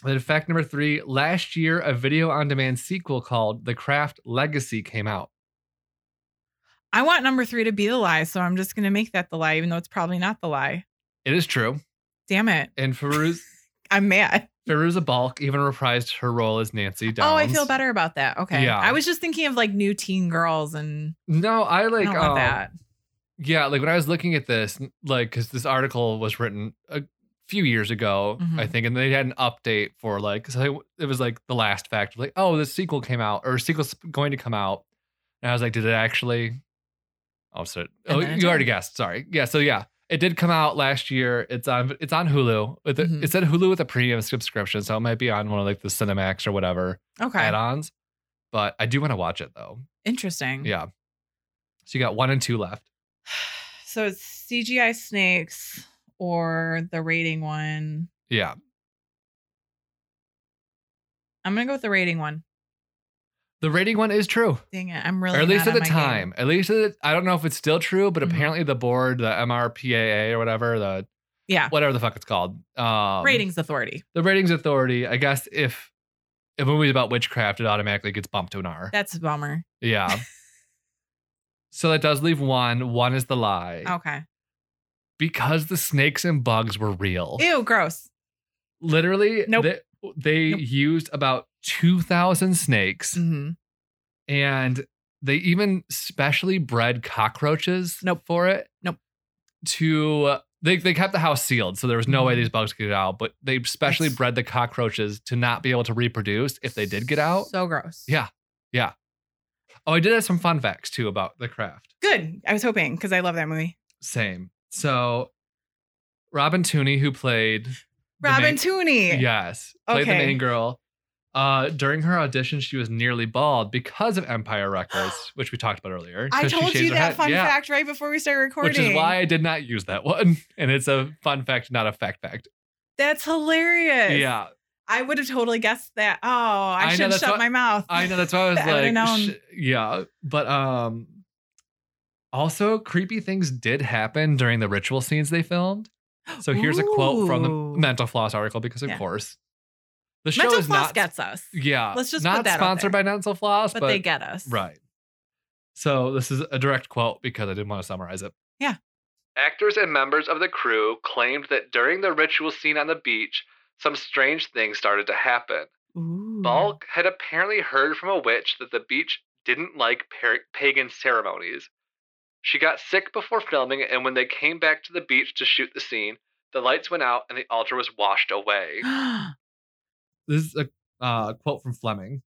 [SPEAKER 2] Then fact number three, last year a video on demand sequel called The Craft Legacy came out.
[SPEAKER 3] I want number three to be the lie, so I'm just going to make that the lie, even though it's probably not the lie.
[SPEAKER 2] It is true.
[SPEAKER 3] Damn it.
[SPEAKER 2] And Feruz
[SPEAKER 3] I'm mad.
[SPEAKER 2] Feruza Balk even reprised her role as Nancy Downs.
[SPEAKER 3] Oh, I feel better about that. Okay.
[SPEAKER 2] Yeah.
[SPEAKER 3] I was just thinking of like new teen girls and
[SPEAKER 2] No, I like
[SPEAKER 3] I don't want
[SPEAKER 2] um,
[SPEAKER 3] that.
[SPEAKER 2] Yeah, like when I was looking at this, like because this article was written a few years ago,
[SPEAKER 3] Mhm.
[SPEAKER 2] I think, and they had an update for like so it was like the last fact, like oh, the sequel came out or sequel's going to come out, and I was like, did it actually? Oh, so oh,
[SPEAKER 3] then it
[SPEAKER 2] you already
[SPEAKER 3] did.
[SPEAKER 2] guessed. Sorry. Yeah. So yeah, it did come out last year. It's on it's on Hulu. With a,
[SPEAKER 3] Mhm.
[SPEAKER 2] It said Hulu with a premium subscription, so it might be on one of like the Cinemax or whatever
[SPEAKER 3] Okay.
[SPEAKER 2] add-ons. But I do want to watch it though.
[SPEAKER 3] Interesting.
[SPEAKER 2] Yeah. So you got one and two left.
[SPEAKER 3] So it's CGI snakes or the rating one.
[SPEAKER 2] Yeah.
[SPEAKER 3] I'm going to go with the rating one.
[SPEAKER 2] The rating one is true,
[SPEAKER 3] Dang it. I'm really
[SPEAKER 2] or at least
[SPEAKER 3] not
[SPEAKER 2] at
[SPEAKER 3] on
[SPEAKER 2] the
[SPEAKER 3] my game.
[SPEAKER 2] time. At least at the, I don't know if it's still true, but
[SPEAKER 3] Mhm.
[SPEAKER 2] apparently the board, the MRPAA or whatever, the
[SPEAKER 3] Yeah.
[SPEAKER 2] whatever the fuck it's called, um,
[SPEAKER 3] Ratings authority.
[SPEAKER 2] the ratings authority. I guess if if a movie's about witchcraft, it automatically gets bumped to an R.
[SPEAKER 3] That's a bummer.
[SPEAKER 2] yeah. so that does leave one. One is the lie
[SPEAKER 3] Okay.
[SPEAKER 2] because the snakes and bugs were real.
[SPEAKER 3] Ew, gross.
[SPEAKER 2] Literally,
[SPEAKER 3] Nope.
[SPEAKER 2] they, they
[SPEAKER 3] Nope.
[SPEAKER 2] used about two thousand snakes.
[SPEAKER 3] hmm
[SPEAKER 2] and they even specially bred cockroaches
[SPEAKER 3] Nope.
[SPEAKER 2] for it.
[SPEAKER 3] Nope.
[SPEAKER 2] To uh, they they kept the house sealed, so there was
[SPEAKER 3] Mm-hmm.
[SPEAKER 2] no way these bugs could get out. But they specially
[SPEAKER 3] That's-
[SPEAKER 2] bred the cockroaches to not be able to reproduce if they did get out.
[SPEAKER 3] So gross.
[SPEAKER 2] Yeah. Oh, I did have some fun facts too about the craft.
[SPEAKER 3] Good. I was hoping because I love that movie.
[SPEAKER 2] Same. So, Robin Tooney, who played the
[SPEAKER 3] Robin
[SPEAKER 2] main-
[SPEAKER 3] Tooney.
[SPEAKER 2] Yes. Played the
[SPEAKER 3] Okay.
[SPEAKER 2] main girl. Uh, during her audition, she was nearly bald because of Empire Records, which we talked about earlier.
[SPEAKER 3] I
[SPEAKER 2] 'cause she
[SPEAKER 3] told
[SPEAKER 2] shaved
[SPEAKER 3] you
[SPEAKER 2] her
[SPEAKER 3] that
[SPEAKER 2] head.
[SPEAKER 3] fun
[SPEAKER 2] Yeah,
[SPEAKER 3] fact right before we started recording.
[SPEAKER 2] Which is why I did not use that one. And it's a fun fact, not a fact fact.
[SPEAKER 3] that's hilarious.
[SPEAKER 2] Yeah.
[SPEAKER 3] I would have totally guessed that. Oh,
[SPEAKER 2] I
[SPEAKER 3] I,
[SPEAKER 2] know,
[SPEAKER 3] should
[SPEAKER 2] that's
[SPEAKER 3] shut
[SPEAKER 2] what-
[SPEAKER 3] my mouth.
[SPEAKER 2] I know. That's why I was
[SPEAKER 3] I would've
[SPEAKER 2] like,
[SPEAKER 3] known.
[SPEAKER 2] sh- yeah. But um, Also, creepy things did happen during the ritual scenes they filmed. So here's a quote from the
[SPEAKER 3] Ooh.
[SPEAKER 2] Mental Floss article because, of
[SPEAKER 3] Yeah.
[SPEAKER 2] course, the show
[SPEAKER 3] Mental
[SPEAKER 2] is
[SPEAKER 3] floss
[SPEAKER 2] not
[SPEAKER 3] gets us,
[SPEAKER 2] yeah.
[SPEAKER 3] Let's just
[SPEAKER 2] not
[SPEAKER 3] put that out
[SPEAKER 2] sponsored
[SPEAKER 3] there.
[SPEAKER 2] by Mental Floss,
[SPEAKER 3] but,
[SPEAKER 2] but,
[SPEAKER 3] they get us.
[SPEAKER 2] right. So this is a direct quote because I didn't want to summarize it.
[SPEAKER 3] Yeah.
[SPEAKER 2] Actors and members of the crew claimed that during the ritual scene on the beach, some strange things started to happen.
[SPEAKER 3] Mm-hmm. Ooh.
[SPEAKER 2] Balk had apparently heard from a witch that the beach didn't like par- pagan ceremonies. She got sick before filming, and when they came back to the beach to shoot the scene, the lights went out and the altar was washed away. This is a uh, quote from Fleming.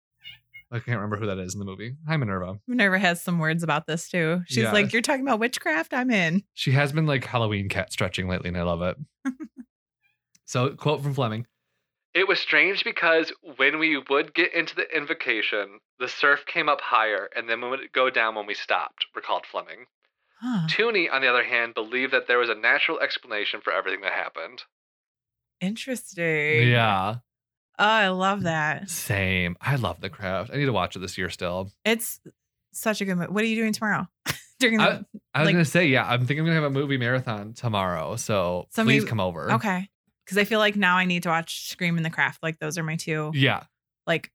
[SPEAKER 2] I can't remember who that is in the movie. Hi, Minerva.
[SPEAKER 3] Minerva has some words about this too. She's
[SPEAKER 2] Yeah.
[SPEAKER 3] like, You're talking about witchcraft? I'm in.
[SPEAKER 2] She has been like Halloween cat stretching lately, and I love it. so, quote from Fleming It was strange because when we would get into the invocation, the surf came up higher, and then would go down when we stopped, recalled Fleming.
[SPEAKER 3] Huh.
[SPEAKER 2] Tooney, on the other hand, believed that there was a natural explanation for everything that happened.
[SPEAKER 3] Interesting.
[SPEAKER 2] Yeah,
[SPEAKER 3] Oh, I love that.
[SPEAKER 2] same. I love the craft. I need to watch it this year still.
[SPEAKER 3] It's such a good movie. What are you doing tomorrow? During
[SPEAKER 2] I-
[SPEAKER 3] the
[SPEAKER 2] I was
[SPEAKER 3] Like-
[SPEAKER 2] gonna say, yeah, I'm thinking I'm gonna have a movie marathon tomorrow, so
[SPEAKER 3] So
[SPEAKER 2] please
[SPEAKER 3] maybe-
[SPEAKER 2] come over.
[SPEAKER 3] Okay. Cause I feel like now I need to watch Scream and the Craft. Like those are my two.
[SPEAKER 2] Yeah.
[SPEAKER 3] Like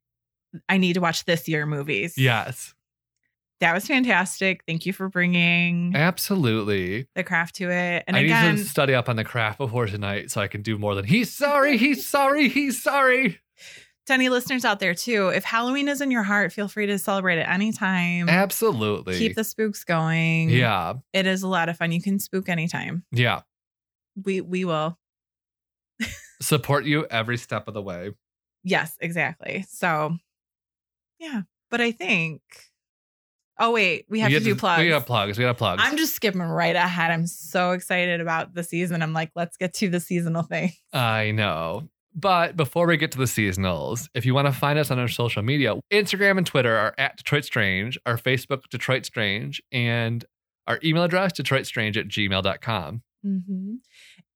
[SPEAKER 3] I need to watch this year movies.
[SPEAKER 2] Yes.
[SPEAKER 3] That was fantastic. Thank you for bringing
[SPEAKER 2] Absolutely.
[SPEAKER 3] the craft to it. And
[SPEAKER 2] Eh, I
[SPEAKER 3] again,
[SPEAKER 2] need to study up on the craft before tonight so I can do more than he's sorry, he's sorry, he's sorry.
[SPEAKER 3] to any listeners out there too, if Halloween is in your heart, feel free to celebrate it anytime.
[SPEAKER 2] Absolutely.
[SPEAKER 3] Keep the spooks going.
[SPEAKER 2] yeah.
[SPEAKER 3] It is a lot of fun. You can spook anytime.
[SPEAKER 2] Yeah.
[SPEAKER 3] We we will.
[SPEAKER 2] Support you every step of the way.
[SPEAKER 3] Yes, exactly. So yeah. But I think oh wait, we have to
[SPEAKER 2] get
[SPEAKER 3] do plugs.
[SPEAKER 2] We got plugs. We got plugs.
[SPEAKER 3] I'm just skipping right ahead. I'm so excited about the season. I'm like, let's get to the seasonal thing.
[SPEAKER 2] I know. But before we get to the seasonals, if you want to find us on our social media, Instagram and Twitter are at Detroit Strange, our Facebook, Detroit Strange, and our email address, DetroitStrange at gmail.com.
[SPEAKER 3] hmm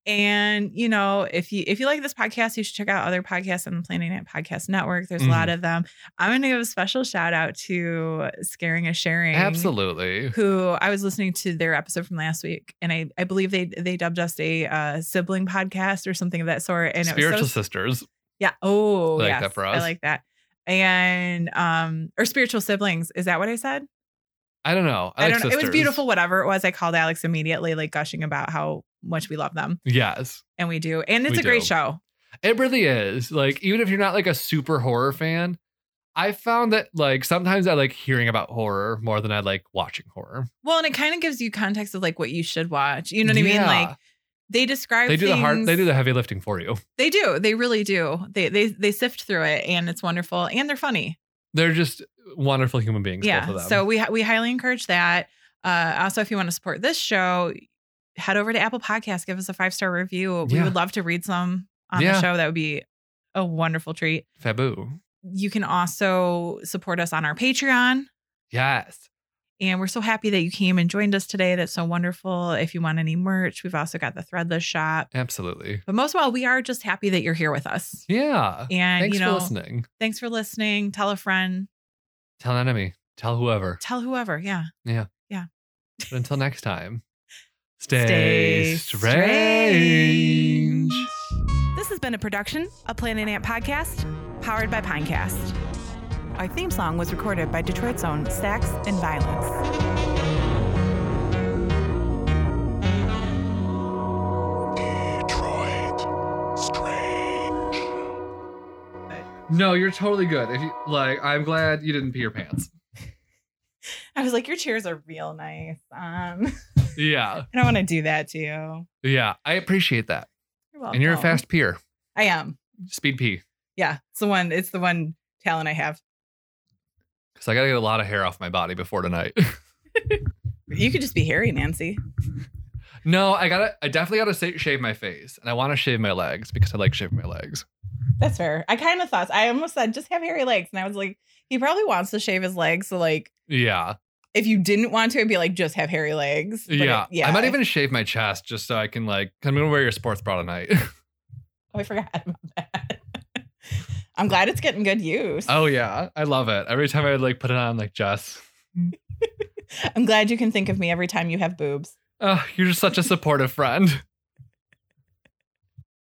[SPEAKER 3] And you know, if you if you like this podcast, you should check out other podcasts on the Planet Ant Podcast Network. There's
[SPEAKER 2] Mhm.
[SPEAKER 3] a lot of them. I'm going to give a special shout out to Scaring is Sharing,
[SPEAKER 2] Absolutely.
[SPEAKER 3] Who I was listening to their episode from last week, and I I believe they they dubbed us a uh, sibling podcast or something of that sort. And it
[SPEAKER 2] Spiritual
[SPEAKER 3] was so
[SPEAKER 2] Sisters.
[SPEAKER 3] yeah. Oh,
[SPEAKER 2] I like
[SPEAKER 3] yes.
[SPEAKER 2] that for us.
[SPEAKER 3] I like that. And um, or spiritual siblings. Is that what I said?
[SPEAKER 2] I don't know. I,
[SPEAKER 3] I
[SPEAKER 2] like
[SPEAKER 3] don't know. It was
[SPEAKER 2] sisters.
[SPEAKER 3] beautiful, whatever it was. I called Alex immediately, like gushing about how much we love them.
[SPEAKER 2] Yes.
[SPEAKER 3] And we do. And it's
[SPEAKER 2] We
[SPEAKER 3] a great
[SPEAKER 2] do.
[SPEAKER 3] show.
[SPEAKER 2] It really is. Like, even if you're not like a super horror fan, I found that like sometimes I like hearing about horror more than I like watching horror.
[SPEAKER 3] Well, and it kind of gives you context of like what you should watch. You know what I mean?
[SPEAKER 2] Yeah.
[SPEAKER 3] Like they describe
[SPEAKER 2] they do the hard,
[SPEAKER 3] things-
[SPEAKER 2] they do the heavy lifting for you.
[SPEAKER 3] They do. They really do. They they they sift through it and it's wonderful. And they're funny.
[SPEAKER 2] They're just wonderful human beings.
[SPEAKER 3] yeah.
[SPEAKER 2] Both of them.
[SPEAKER 3] So we we highly encourage that. Uh also if you want to support this show, head over to Apple Podcasts, give us a five star review. We
[SPEAKER 2] Yeah.
[SPEAKER 3] would love to read some on
[SPEAKER 2] Yeah.
[SPEAKER 3] the show. That would be a wonderful treat.
[SPEAKER 2] Fabu.
[SPEAKER 3] You can also support us on our Patreon.
[SPEAKER 2] Yes.
[SPEAKER 3] And we're so happy that you came and joined us today. That's so wonderful. If you want any merch, we've also got the Threadless shop.
[SPEAKER 2] Absolutely.
[SPEAKER 3] But most of all, we are just happy that you're here with us.
[SPEAKER 2] Yeah.
[SPEAKER 3] And
[SPEAKER 2] Thanks
[SPEAKER 3] you
[SPEAKER 2] for
[SPEAKER 3] know,
[SPEAKER 2] listening.
[SPEAKER 3] thanks for listening. Tell a friend.
[SPEAKER 2] Tell an enemy. Tell whoever.
[SPEAKER 3] Tell whoever. Yeah.
[SPEAKER 2] But until next time,
[SPEAKER 3] Stay
[SPEAKER 2] stay, strange.
[SPEAKER 3] This has been a production, a Planet Ant podcast, powered by Pinecast. Our theme song was recorded by Detroit's own Stacks and Violence.
[SPEAKER 1] Detroit Strange.
[SPEAKER 2] No, you're totally good. If you like, I'm glad you didn't pee your pants.
[SPEAKER 3] I was like, your chairs are real nice. Um,
[SPEAKER 2] Yeah.
[SPEAKER 3] I don't want to do that to you. You're
[SPEAKER 2] Yeah. I appreciate that.
[SPEAKER 3] welcome.
[SPEAKER 2] And you're a fast peer.
[SPEAKER 3] I am.
[SPEAKER 2] Speed pee.
[SPEAKER 3] Yeah. It's the one. It's the one talent I have.
[SPEAKER 2] Because I got to get a lot of hair off my body before tonight.
[SPEAKER 3] You could just be hairy,
[SPEAKER 2] Mm-hmm.
[SPEAKER 3] Nancy.
[SPEAKER 2] no, I got to, I definitely got to sa- shave my face. And I want to shave my legs because I like shaving my legs.
[SPEAKER 3] That's fair. I kind of thought I almost said just have hairy legs, and I was like, he probably wants to shave his legs. So like,
[SPEAKER 2] Yeah.
[SPEAKER 3] if you didn't want to, it'd be like just have hairy legs. But
[SPEAKER 2] yeah.
[SPEAKER 3] it- yeah.
[SPEAKER 2] I might even shave my chest just so I can, like, i I'm going to wear your sports bra tonight.
[SPEAKER 3] Oh, I forgot about that. I'm glad it's getting good use.
[SPEAKER 2] oh, yeah. I love it. Every time I, like, put it on, I'm like, Jess,
[SPEAKER 3] I'm glad you can think of me every time you have boobs.
[SPEAKER 2] Oh, you're just such a supportive friend.